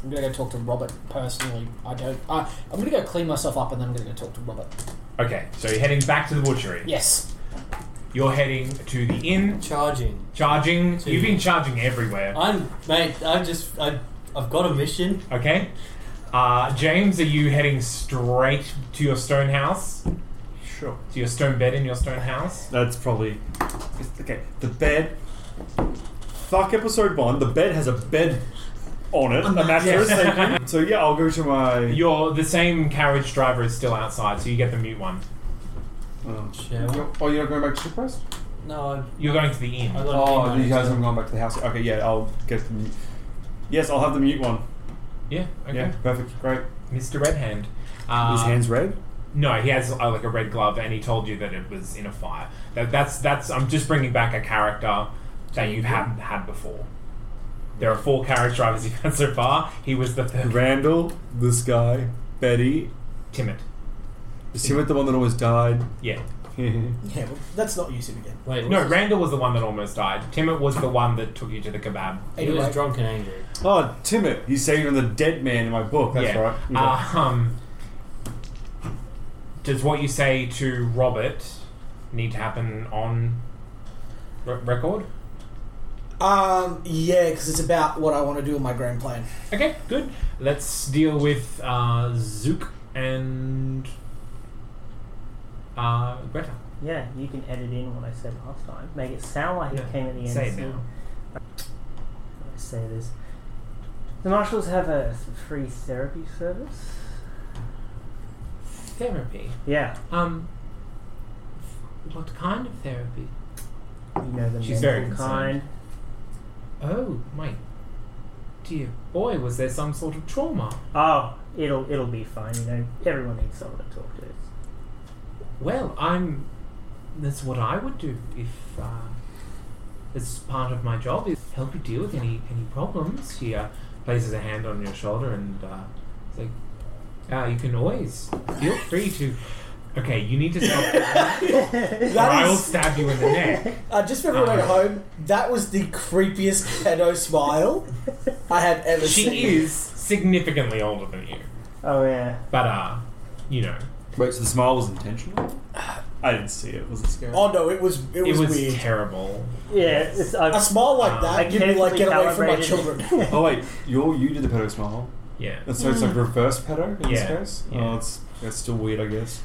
Speaker 4: I'm gonna go talk to Robert personally. I don't. I, I'm gonna go clean myself up, and then I'm gonna go talk to Robert.
Speaker 3: Okay, so you're heading back to the butchery.
Speaker 4: Yes.
Speaker 3: You're heading to the inn,
Speaker 5: Charging.
Speaker 3: charging. You've been charging everywhere.
Speaker 5: I'm mate. I'm just. I, I've got a mission.
Speaker 3: Okay. Uh, James, are you heading straight to your stone house?
Speaker 7: Sure.
Speaker 3: To your stone bed in your stone house?
Speaker 7: That's probably okay. The bed. Fuck episode one. The bed has a bed on it, a mattress. thank you. so yeah, I'll go to my.
Speaker 3: Oh, Your the same carriage driver is still outside, so you get the mute one.
Speaker 7: Oh,
Speaker 5: Shower.
Speaker 7: oh, you're not going back to Shipwrecked?
Speaker 5: No,
Speaker 3: You're going to the inn.
Speaker 5: I, I got.
Speaker 7: Oh,
Speaker 5: a mission.
Speaker 7: you guys haven't gone back to the house. Okay, yeah, I'll get the mute. Yes, I'll have the mute one.
Speaker 3: Yeah. Okay.
Speaker 7: Yeah, perfect, great.
Speaker 3: Mr. Red Hand. Uh,
Speaker 7: red.
Speaker 3: No, he has uh, like a red glove, and he told you that it was in a fire. That that's that's. I'm just bringing back a character that you haven't had before. There are four carriage drivers you've had so far. He was the third.
Speaker 7: Randall, this guy, Betty.
Speaker 3: Timid.
Speaker 7: Is Timothy the one that always died?
Speaker 3: Yeah.
Speaker 4: Yeah, well, that's not using again.
Speaker 5: Wait,
Speaker 3: No,
Speaker 5: no,
Speaker 3: Randall was the one that almost died. Timid was the one that took you to the kebab.
Speaker 5: he
Speaker 4: Anyway.
Speaker 5: was drunk and angry.
Speaker 7: oh, Timothy. He's saving from the dead man in my book. That's
Speaker 3: yeah.
Speaker 7: right. Okay.
Speaker 6: Ah.
Speaker 3: Uh, um, does what you say to Robert need to happen on re- record?
Speaker 4: Um, yeah, because it's about what I want to do with my grand plan.
Speaker 3: Okay, good. Let's deal with uh, Zook and uh, Greta.
Speaker 6: Yeah, you can edit in what I said last time. Make it sound like
Speaker 3: Yeah,
Speaker 6: it came at the end.
Speaker 3: say it
Speaker 6: so-
Speaker 3: now.
Speaker 6: I say this. The Marshals have a free therapy service.
Speaker 3: Therapy.
Speaker 6: Yeah,
Speaker 3: Um, what kind of therapy?
Speaker 6: you know the
Speaker 3: She's very
Speaker 6: mental
Speaker 3: concerned.
Speaker 6: kind.
Speaker 3: Oh, my dear boy, was there some sort of trauma?
Speaker 6: Oh, it'll it'll be fine. You know, everyone needs someone to talk to.
Speaker 3: Well, I'm. That's what I would do if. Uh, it's part of my job is help you deal with any any problems. She uh, places a hand on your shoulder and uh, it's like, uh, you can always feel free to. Okay, you need to stop. or
Speaker 4: That
Speaker 3: I'll
Speaker 4: is,
Speaker 3: stab you in the neck.
Speaker 4: uh, just for everyone
Speaker 3: Um,
Speaker 4: at home, that was the creepiest pedo smile I have ever seen.
Speaker 3: She is significantly older than you,
Speaker 6: Oh yeah.
Speaker 3: but uh, you know,
Speaker 7: Wait, so the smile was intentional? I didn't see it. Was it scary?
Speaker 4: Oh no, it was it
Speaker 3: it
Speaker 4: was,
Speaker 3: was
Speaker 4: weird.
Speaker 3: terrible.
Speaker 6: Yeah, it's,
Speaker 4: a
Speaker 6: I've,
Speaker 4: smile like
Speaker 3: Uh,
Speaker 4: that, you'd be like,
Speaker 6: carefully
Speaker 4: get away from my
Speaker 6: calibrated.
Speaker 4: children.
Speaker 7: Oh wait, you you did the pedo smile.
Speaker 3: Yeah.
Speaker 7: And so it's
Speaker 6: Mm.
Speaker 7: like reverse pedo in
Speaker 3: Yeah.
Speaker 7: this case.
Speaker 3: Yeah.
Speaker 7: Oh, it's that's still weird, I guess.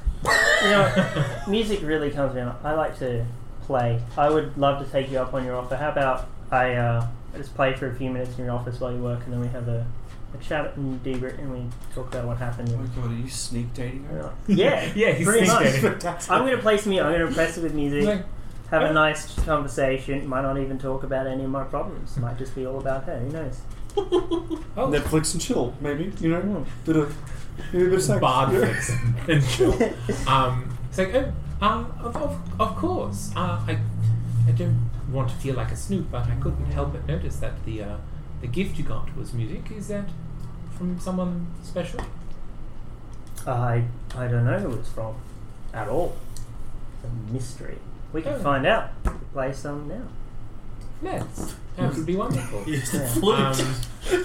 Speaker 6: you know, music really comes down. I like to play. I would love to take you up on your offer. How about I uh, just play for a few minutes in your office while you work, and then we have a, a chat and debrief, and we talk about what happened. and-
Speaker 7: Oh god, are you sneak dating
Speaker 6: Yeah, yeah,
Speaker 3: Yeah, he's
Speaker 6: pretty much.
Speaker 3: sneaking.
Speaker 6: I'm gonna play some music. I'm gonna impress it with music.
Speaker 3: Like,
Speaker 6: have a nice conversation. Might not even talk about any of my problems. Might just be all about her. Who knows?
Speaker 7: Netflix and chill, maybe. You
Speaker 6: Mm.
Speaker 7: know, bit of maybe a bit of sex.
Speaker 3: bard
Speaker 7: Yeah.
Speaker 3: fix and chill. Um, it's like, oh, uh, of, of, of course. Uh, I, I don't want to feel like a snoop, but I couldn't help but notice that the uh, the gift you got was music. Is that from someone special?
Speaker 6: I I don't know who it's from at all. It's a mystery. We can
Speaker 3: Oh.
Speaker 6: find out. Play some now.
Speaker 3: Yes, that would be wonderful.
Speaker 5: It's the
Speaker 6: Yeah.
Speaker 5: flute.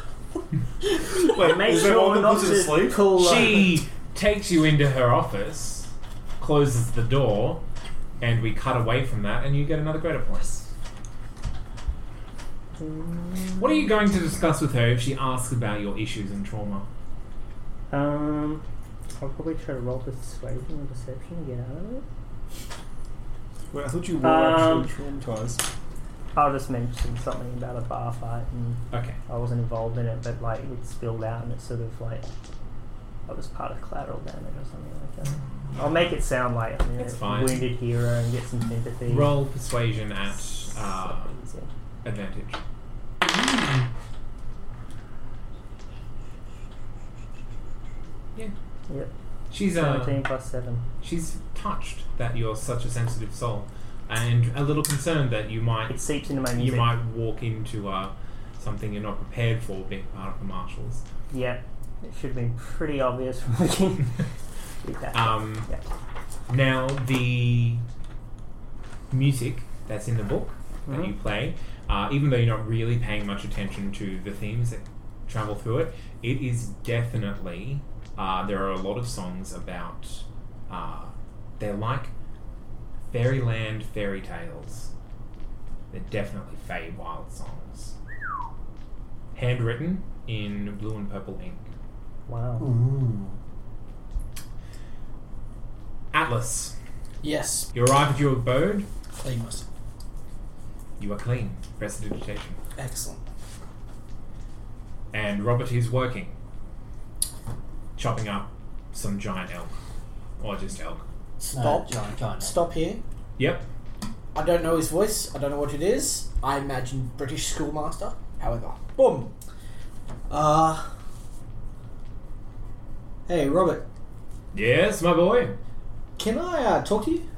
Speaker 3: Um,
Speaker 7: Wait,
Speaker 6: Make
Speaker 7: is that
Speaker 6: sure
Speaker 7: one that
Speaker 6: not
Speaker 7: puts you
Speaker 6: to
Speaker 7: sleep?
Speaker 6: pull
Speaker 3: uh,
Speaker 6: over.
Speaker 3: she takes you into her office, closes the door, and we cut away from that, and you get another credit point. What are you going to discuss with her if she asks about your issues and trauma?
Speaker 6: Um, I'll probably try to roll persuasion or deception to get out of it.
Speaker 7: Wait, I thought you were
Speaker 6: Um,
Speaker 7: actually traumatized.
Speaker 6: I'll just mention something about a bar fight, and
Speaker 3: Okay.
Speaker 6: I wasn't involved in it, but like it spilled out, and it's sort of like I was part of collateral damage or something like that. I'll make it sound like I'm
Speaker 3: That's
Speaker 6: a
Speaker 3: fine.
Speaker 6: wounded hero and get some sympathy.
Speaker 3: Roll persuasion at uh,
Speaker 6: Something easier.
Speaker 3: advantage. Yeah,
Speaker 6: Yep.
Speaker 3: she's
Speaker 6: Seventeen
Speaker 3: uh,
Speaker 6: plus seven.
Speaker 3: she's touched that you're such a sensitive soul, and a little concerned that you might
Speaker 6: It seeps into my music.
Speaker 3: you might walk into uh, something you're not prepared for being part of the marshals.
Speaker 6: Yeah, it should have been pretty obvious from looking Exactly.
Speaker 3: Um,
Speaker 6: yeah.
Speaker 3: Now the music that's in the book that you play, uh, even though you're not really paying much attention to the themes that travel through it, it is definitely uh, there are a lot of songs about uh, they're like fairyland fairy tales. They're definitely Fey Wild songs, handwritten in blue and purple ink.
Speaker 6: Wow.
Speaker 3: Atlas,
Speaker 4: Yes,
Speaker 3: you arrive at your abode.
Speaker 4: clean myself.
Speaker 3: You are clean. Prestidigitation.
Speaker 4: Excellent.
Speaker 3: and Robert is working, chopping up some giant elk, or just elk.
Speaker 4: Stop.
Speaker 5: John, John.
Speaker 4: Uh, Stop here.
Speaker 3: Yep.
Speaker 4: I don't know his voice. I don't know what it is. I imagine British schoolmaster. However, boom. Uh. Hey, Robert.
Speaker 3: Yes, my boy.
Speaker 4: Can I uh, talk to you?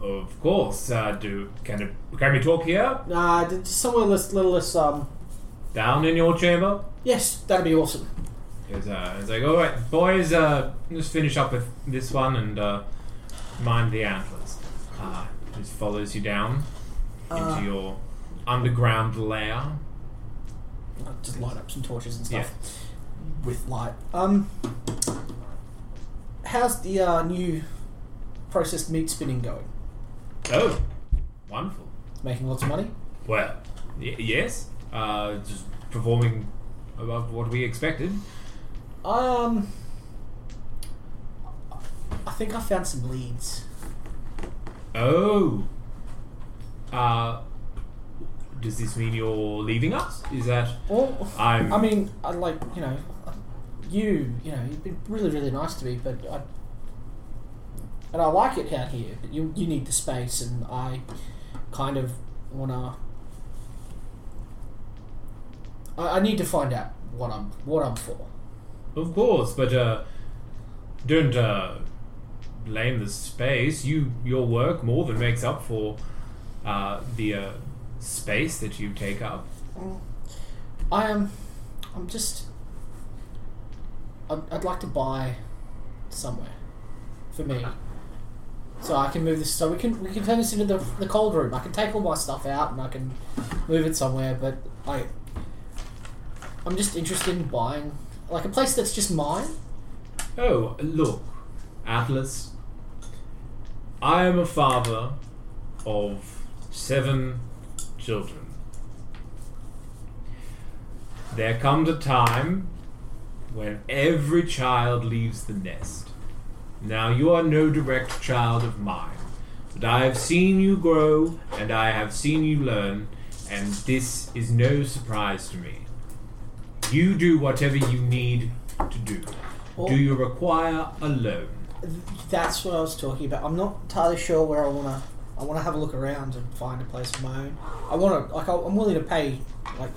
Speaker 3: Of course. Uh, do can it- can we talk here?
Speaker 4: Uh, d- just somewhere less, little less. Um.
Speaker 3: Down in your chamber.
Speaker 4: Yes, that'd be awesome.
Speaker 3: It's, uh, it's like all right, boys. Uh, just finish up with this one and uh, mind the antlers. Uh, just follows you down into your underground lair.
Speaker 4: I'll just light up some torches and
Speaker 3: Yeah.
Speaker 4: stuff with light. Um. How's the uh, new processed meat spinning going?
Speaker 3: Oh, wonderful.
Speaker 4: Making lots of money.
Speaker 3: Well, y- yes, uh, just performing above what we expected.
Speaker 4: Um. I think I found some leads.
Speaker 3: Oh, uh, does this mean you're leaving us? Is that
Speaker 4: Well,
Speaker 3: I'm-
Speaker 4: i mean, I like you know, you you know, you've been really really nice to me, but I and I like it out here. But you you need the space, and I kind of wanna. I, I need to find out what I'm what I'm for.
Speaker 3: of course, but uh, don't uh, blame the space. You your work more than makes up for uh, the uh, space that you take up.
Speaker 4: Mm. I am. I'm just. I'd, I'd like to buy somewhere for me, so I can move this. So we can we can turn this into the, the cold room. I can take all my stuff out and I can move it somewhere. But I, I'm just interested in buying like a place that's just mine.
Speaker 3: Oh, look, Atlas. I am a father of seven children. There comes a time when every child leaves the nest. Now, you are no direct child of mine, but I have seen you grow and I have seen you learn, and this is no surprise to me. You do whatever you need to do. Do you require a loan?
Speaker 4: That's what I was talking about. I'm not entirely sure where I wanna. I wanna have a look around and find a place of my own. I wanna like I- I'm willing to pay like.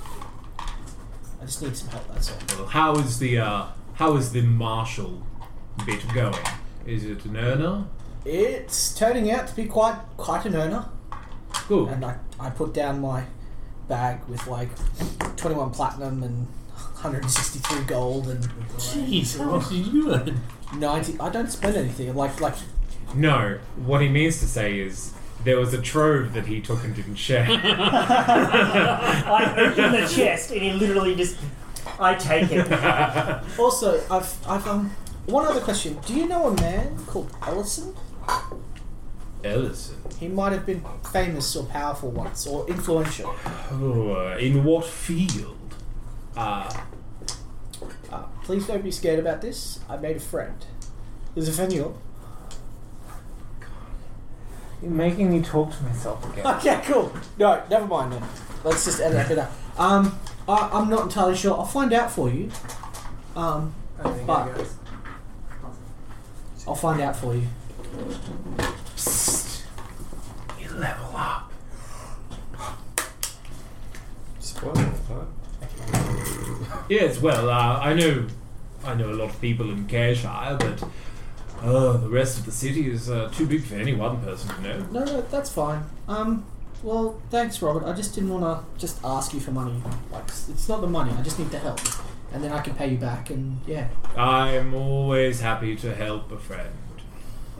Speaker 4: I just need some help. That's all.
Speaker 3: Well, How is the uh, how is the marshal bit going? Is it an earner?
Speaker 4: It's turning out to be quite quite an earner,
Speaker 3: Cool.
Speaker 4: and I, I put down my bag with like twenty one platinum and one hundred sixty three gold and
Speaker 5: Jeez, how much did you earn?
Speaker 4: ninety. I don't spend anything. Like like
Speaker 3: No, what he means to say is there was a trove that he took and didn't share.
Speaker 6: I open the chest and he literally just. I take it.
Speaker 4: also I've I've um one other question. Do you know a man called Ellison?
Speaker 3: Ellison.
Speaker 4: He might have been famous or powerful once or influential.
Speaker 3: Oh, uh, in what field? Uh,
Speaker 4: Uh, please don't be scared about this. I made a friend. He's a Fenul.
Speaker 3: You're making me talk to myself again.
Speaker 4: Okay, cool. No, never mind then. Let's just edit that bit out. Um, I, I'm not entirely sure. I'll find out for you. Um, but I'll find out for you.
Speaker 3: You level up.
Speaker 7: Spoiler alert.
Speaker 3: Yes, well, uh, I know, I know a lot of people in Cairshire, but uh, the rest of the city is uh, too big for any one person to know.
Speaker 4: No, no, that's fine. Um, well, thanks, Robert. I just didn't want to just ask you for money. Like, it's it's not the money. I just need the help. and then I can pay you back. And yeah,
Speaker 3: I'm always happy to help a friend.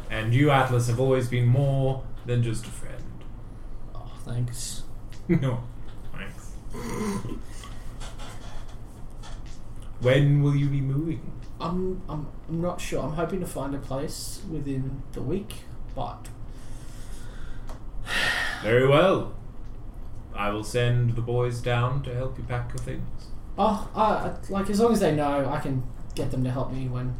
Speaker 3: And you, Atlas, have always been more than just a friend.
Speaker 4: oh, thanks.
Speaker 3: no. Thanks. when will you be moving?
Speaker 4: I'm, I'm I'm not sure. I'm hoping to find a place within the week, but
Speaker 3: Very well. I will send the boys down to help you pack your things.
Speaker 4: oh, I, I, like as long as they know, I can get them to help me when.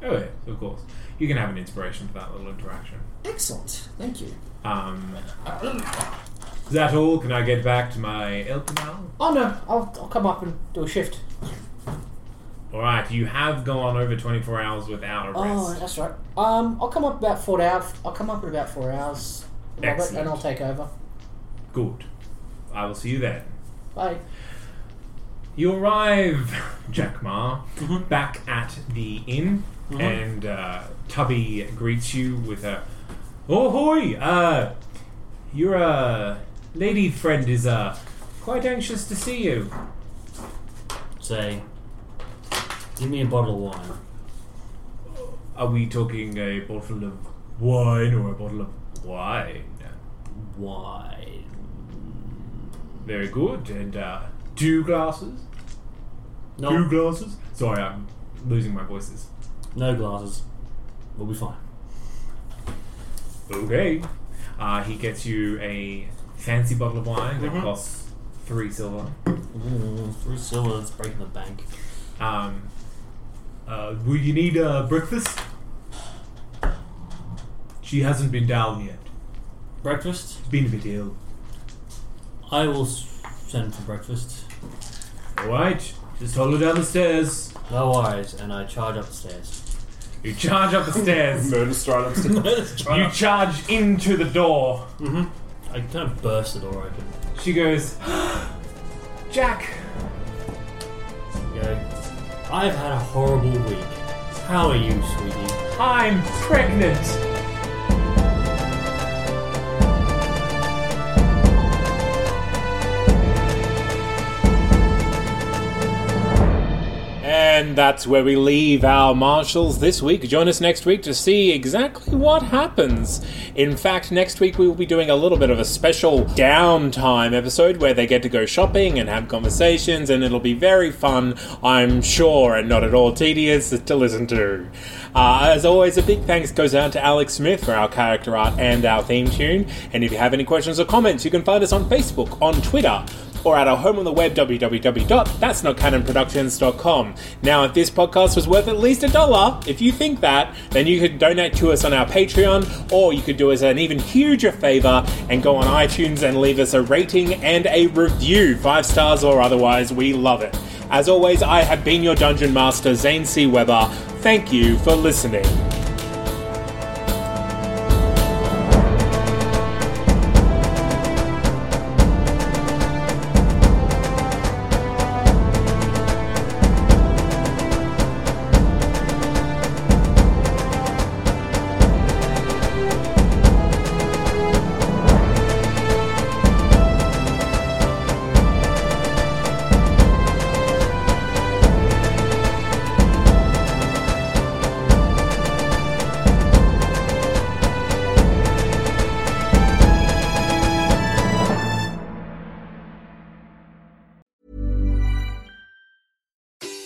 Speaker 3: Oh, yes, of course. You can have an inspiration for that little interaction.
Speaker 4: Excellent. Thank you.
Speaker 3: Um, is that all? Can I get back to my elk now?
Speaker 4: Oh no, I'll, I'll come up and do a shift.
Speaker 3: Alright, you have gone over 24 hours without a
Speaker 4: Oh,
Speaker 3: rest.
Speaker 4: that's right. Um, I'll come up about four hours. I'll come up in about four hours, Robert,
Speaker 3: Excellent.
Speaker 4: and I'll take over.
Speaker 3: Good. I will see you then.
Speaker 4: Bye.
Speaker 3: You arrive, Jack Ma, back at the inn, and uh, Tubby greets you with a, "Oh hoy! Uh, your uh, lady friend is uh, quite anxious to see you."
Speaker 5: Say, give me a bottle of wine.
Speaker 3: Are we talking a bottle of wine or a bottle of wine?
Speaker 5: Wine.
Speaker 3: Very good. And uh, two glasses.
Speaker 5: No,
Speaker 3: Two glasses. Sorry, I'm losing my voices.
Speaker 5: no glasses. We'll be fine.
Speaker 3: Okay. Uh, he gets you a fancy bottle of wine
Speaker 5: Mm-hmm.
Speaker 3: that costs three silver.
Speaker 5: Ooh, three silver. That's breaking the bank.
Speaker 3: Um, uh, will you need uh, breakfast? She hasn't been down yet.
Speaker 5: Breakfast.
Speaker 3: Been a bit ill.
Speaker 5: I will s- send for breakfast.
Speaker 3: Alright, just follow down the stairs.
Speaker 5: No worries, and I charge upstairs.
Speaker 3: You charge up the stairs.
Speaker 7: Murder stride upstairs.
Speaker 3: you charge into the door.
Speaker 5: I kind of burst the door open.
Speaker 3: She goes, Jack,
Speaker 5: Go. I've had a horrible week. How are you, sweetie?
Speaker 3: I'm pregnant.
Speaker 2: And that's where we leave our marshals this week. Join us next week to see exactly what happens. In fact, next week we will be doing a little bit of a special downtime episode where they get to go shopping and have conversations, and it'll be very fun, I'm sure, and not at all tedious to listen to. Uh, as always, a big thanks goes out to Alex Smith for our character art and our theme tune. And if you have any questions or comments, you can find us on Facebook, on Twitter, or at our home on the web www.that'snotcanonproductions.com. Now, if this podcast was worth at least a dollar, if you think that, then you could donate to us on our Patreon, or you could do us an even huger favor and go on iTunes and leave us a rating and a review, five stars or otherwise. We love it. As always, I have been your dungeon master, Zane C. Weber. Thank you for listening.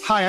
Speaker 8: Hi,